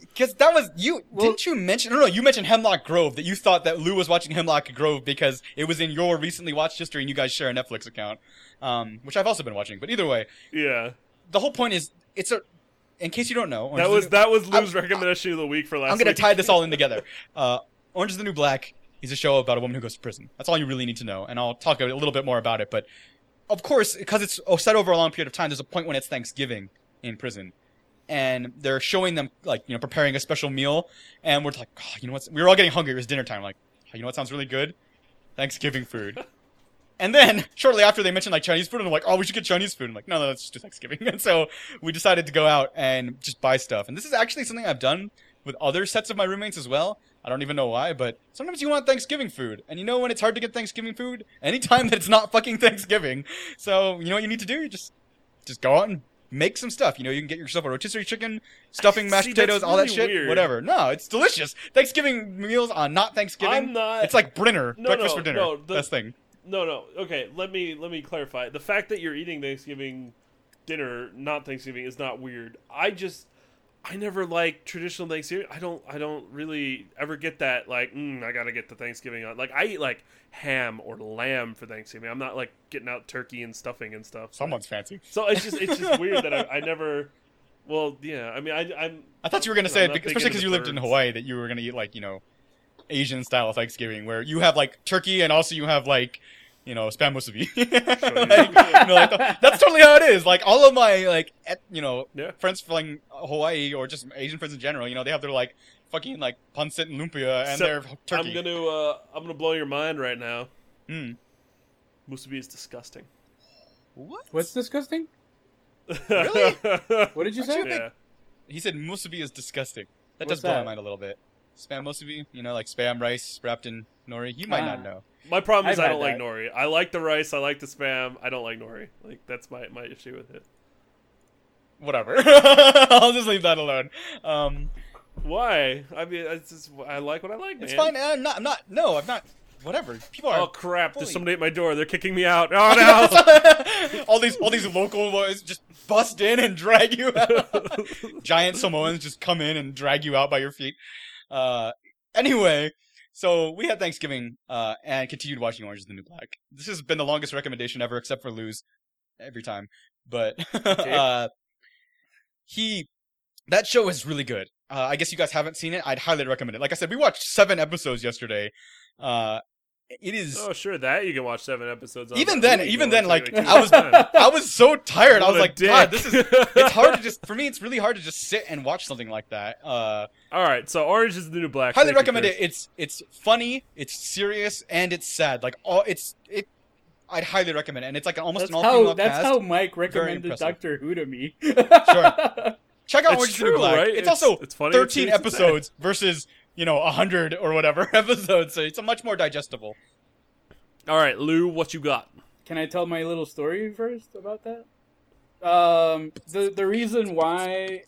because that was you didn't you mention? No, no, you mentioned Hemlock Grove that you thought that Lou was watching Hemlock Grove because it was in your recently watched history and you guys share a Netflix account, um, which I've also been watching. But either way, Yeah, the whole point is it's a. In case you don't know, Orange that is the was New- that was I'm- Lou's recommendation of the week for last. I'm gonna week. tie this all in together. Uh, Orange is the New Black is a show about a woman who goes to prison. That's all you really need to know, and I'll talk a little bit more about it. But of course, because it's oh, set over a long period of time, there's a point when it's Thanksgiving in prison, and they're showing them like you know preparing a special meal, and we're like, oh, you know what? We were all getting hungry. It was dinner time. Like, "Oh, you know what sounds really good? Thanksgiving food. And then shortly after they mentioned like Chinese food, and I'm like, oh, we should get Chinese food. I'm like, no, no, let's just do Thanksgiving. And so we decided to go out and just buy stuff. And this is actually something I've done with other sets of my roommates as well. I don't even know why, but sometimes you want Thanksgiving food. And you know when it's hard to get Thanksgiving food? Anytime that it's not fucking Thanksgiving. So you know what you need to do? You just just go out and make some stuff. You know, you can get yourself a rotisserie chicken, stuffing, mashed See, that's potatoes, all that really shit, weird. whatever. No, it's delicious. Thanksgiving meals are not Thanksgiving. I'm not- It's like Brinner, No, breakfast no, for dinner. no, the- Best thing. No, no. Okay, let me let me clarify. The fact that you're eating Thanksgiving dinner, not Thanksgiving, is not weird. I just I never like traditional Thanksgiving. I don't. I don't really ever get that. Like, mm, I gotta get the Thanksgiving on. Like, I eat like ham or lamb for Thanksgiving. I'm not like getting out turkey and stuffing and stuff. Someone's fancy. So it's just it's just weird that I, I never. Well, yeah. I mean, I, I'm I thought you were gonna say, I'm not especially 'cause thinking especially of because the you lived in birds. Hawaii, that you were gonna eat like you know, Asian style Thanksgiving, where you have like turkey and also you have like, you know, spam musubi. Like, you know, like, that's totally how it is. Like all of my like, et- you know, Yeah. friends from like, Hawaii or just Asian friends in general, you know, they have their like fucking like pancit and lumpia and So, their turkey. I'm gonna uh, I'm gonna blow your mind right now. Hmm. Musubi is disgusting. What? What's disgusting? Really? What did you Aren't say? you yeah. He said musubi is disgusting. That does What's blow my that? mind a little bit. Spam musubi, you know, like spam rice wrapped in nori. You might not Ah. know. My problem is I've I had don't like that. nori. I like the rice. I like the spam. I don't like nori. Like that's my my issue with it. Whatever. I'll just leave that alone. Um, Why? I mean, it's just, I like what I like, man. it's fine. I'm not. I'm not. No, I'm not. Whatever. People Oh are. crap! Holy- There's somebody at my door. They're kicking me out. Oh all these all these local boys just bust in and drag you out. no! Giant Samoans just come in and drag you out by your feet. Uh, anyway, so we had Thanksgiving uh, and continued watching Orange is the New Black. This has been the longest recommendation ever, except for Lou's every time. But uh, he, that show is really good. Uh, I guess you guys haven't seen it. I'd highly recommend it. Like I said, we watched seven episodes yesterday. Uh, it is. oh sure, that you can watch seven episodes. On Even but then- we can even watch then, it like, two I was- times. I was so tired. I What was a like, God, dick." this is. It's hard to just for me. It's really hard to just sit and watch something like that. Uh, All right, so Orange is the New Black. highly Thank you, recommend Chris. it. It's it's funny, it's serious, and it's sad. Like all, it's it. I'd highly recommend it, and it's like an almost That's an all how female that's cast. how Mike recommended impressive. Doctor Who to me. Sure. Check out It's Orange is the true, New Black. right? It's, It's- also it's funny, it's thirteen serious, it's sad. episodes versus you know hundred or whatever episodes, so it's a much more digestible. All right, Lou, what you got? Can I tell my little story first about that? Um, the the reason why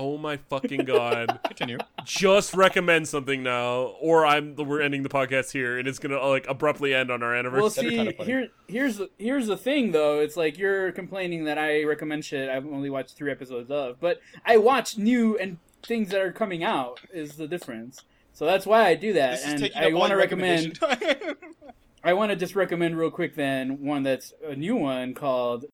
Oh my fucking god! Continue. Just recommend something now, or I'm we're ending the podcast here, and it's gonna like abruptly end on our anniversary. Well, That'd be see, kinda funny. here, here's the, here's the thing though. It's like you're complaining that I recommend shit I've only watched three episodes of, but I watch new and things that are coming out is the difference. So that's why I do that, This is and taking I up all want to your recommend. recommendation time. I want to just recommend real quick then one that's a new one called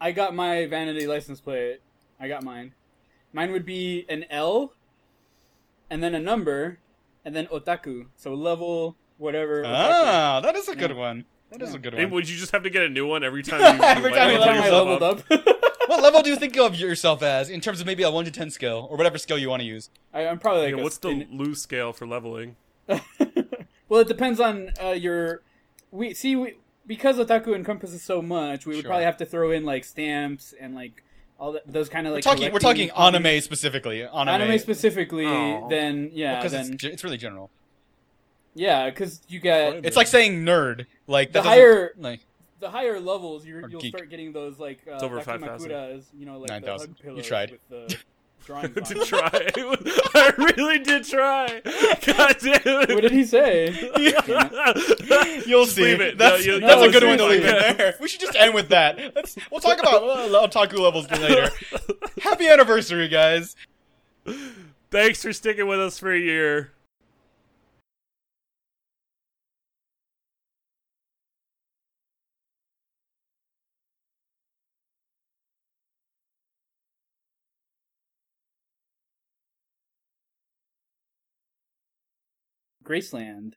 I got my vanity license plate. I got mine. Mine would be an L, and then a number, and then otaku. So level whatever. otaku. ah, that is a good Yeah. one. That is a good Hey, one. would you just have to get a new one every time? You Every time you you level level I yourself leveled up? up. What level do you think of yourself as in terms of maybe a one to ten scale or whatever scale you want to use? I, am probably like Yeah, a what's the in- Lou scale for leveling? well, it depends on uh, your. We see we because otaku encompasses so much, we would Sure. probably have to throw in like stamps and like all that, those kind of like. talking, we're collecting talking anime specifically. Anime, Anime, specifically, Oh. then yeah, because it's, then ge- it's really general. yeah, because you get It's like saying nerd. Like The that doesn't- higher- like the higher levels, you're, Or you'll geek. start getting those like uh, over 5,000. Bakimakuras, you know, like the 9,000. hug You pillows tried. with the drawings on to it. try. I really did try. God damn What it. did he say? you'll Just see. leave it. That's, No, you- that's no, a good it's one to fine. leave in there. We should just end with that. Let's, we'll talk about uh, otaku levels later. Happy anniversary, guys. Thanks for sticking with us for a year. Graceland.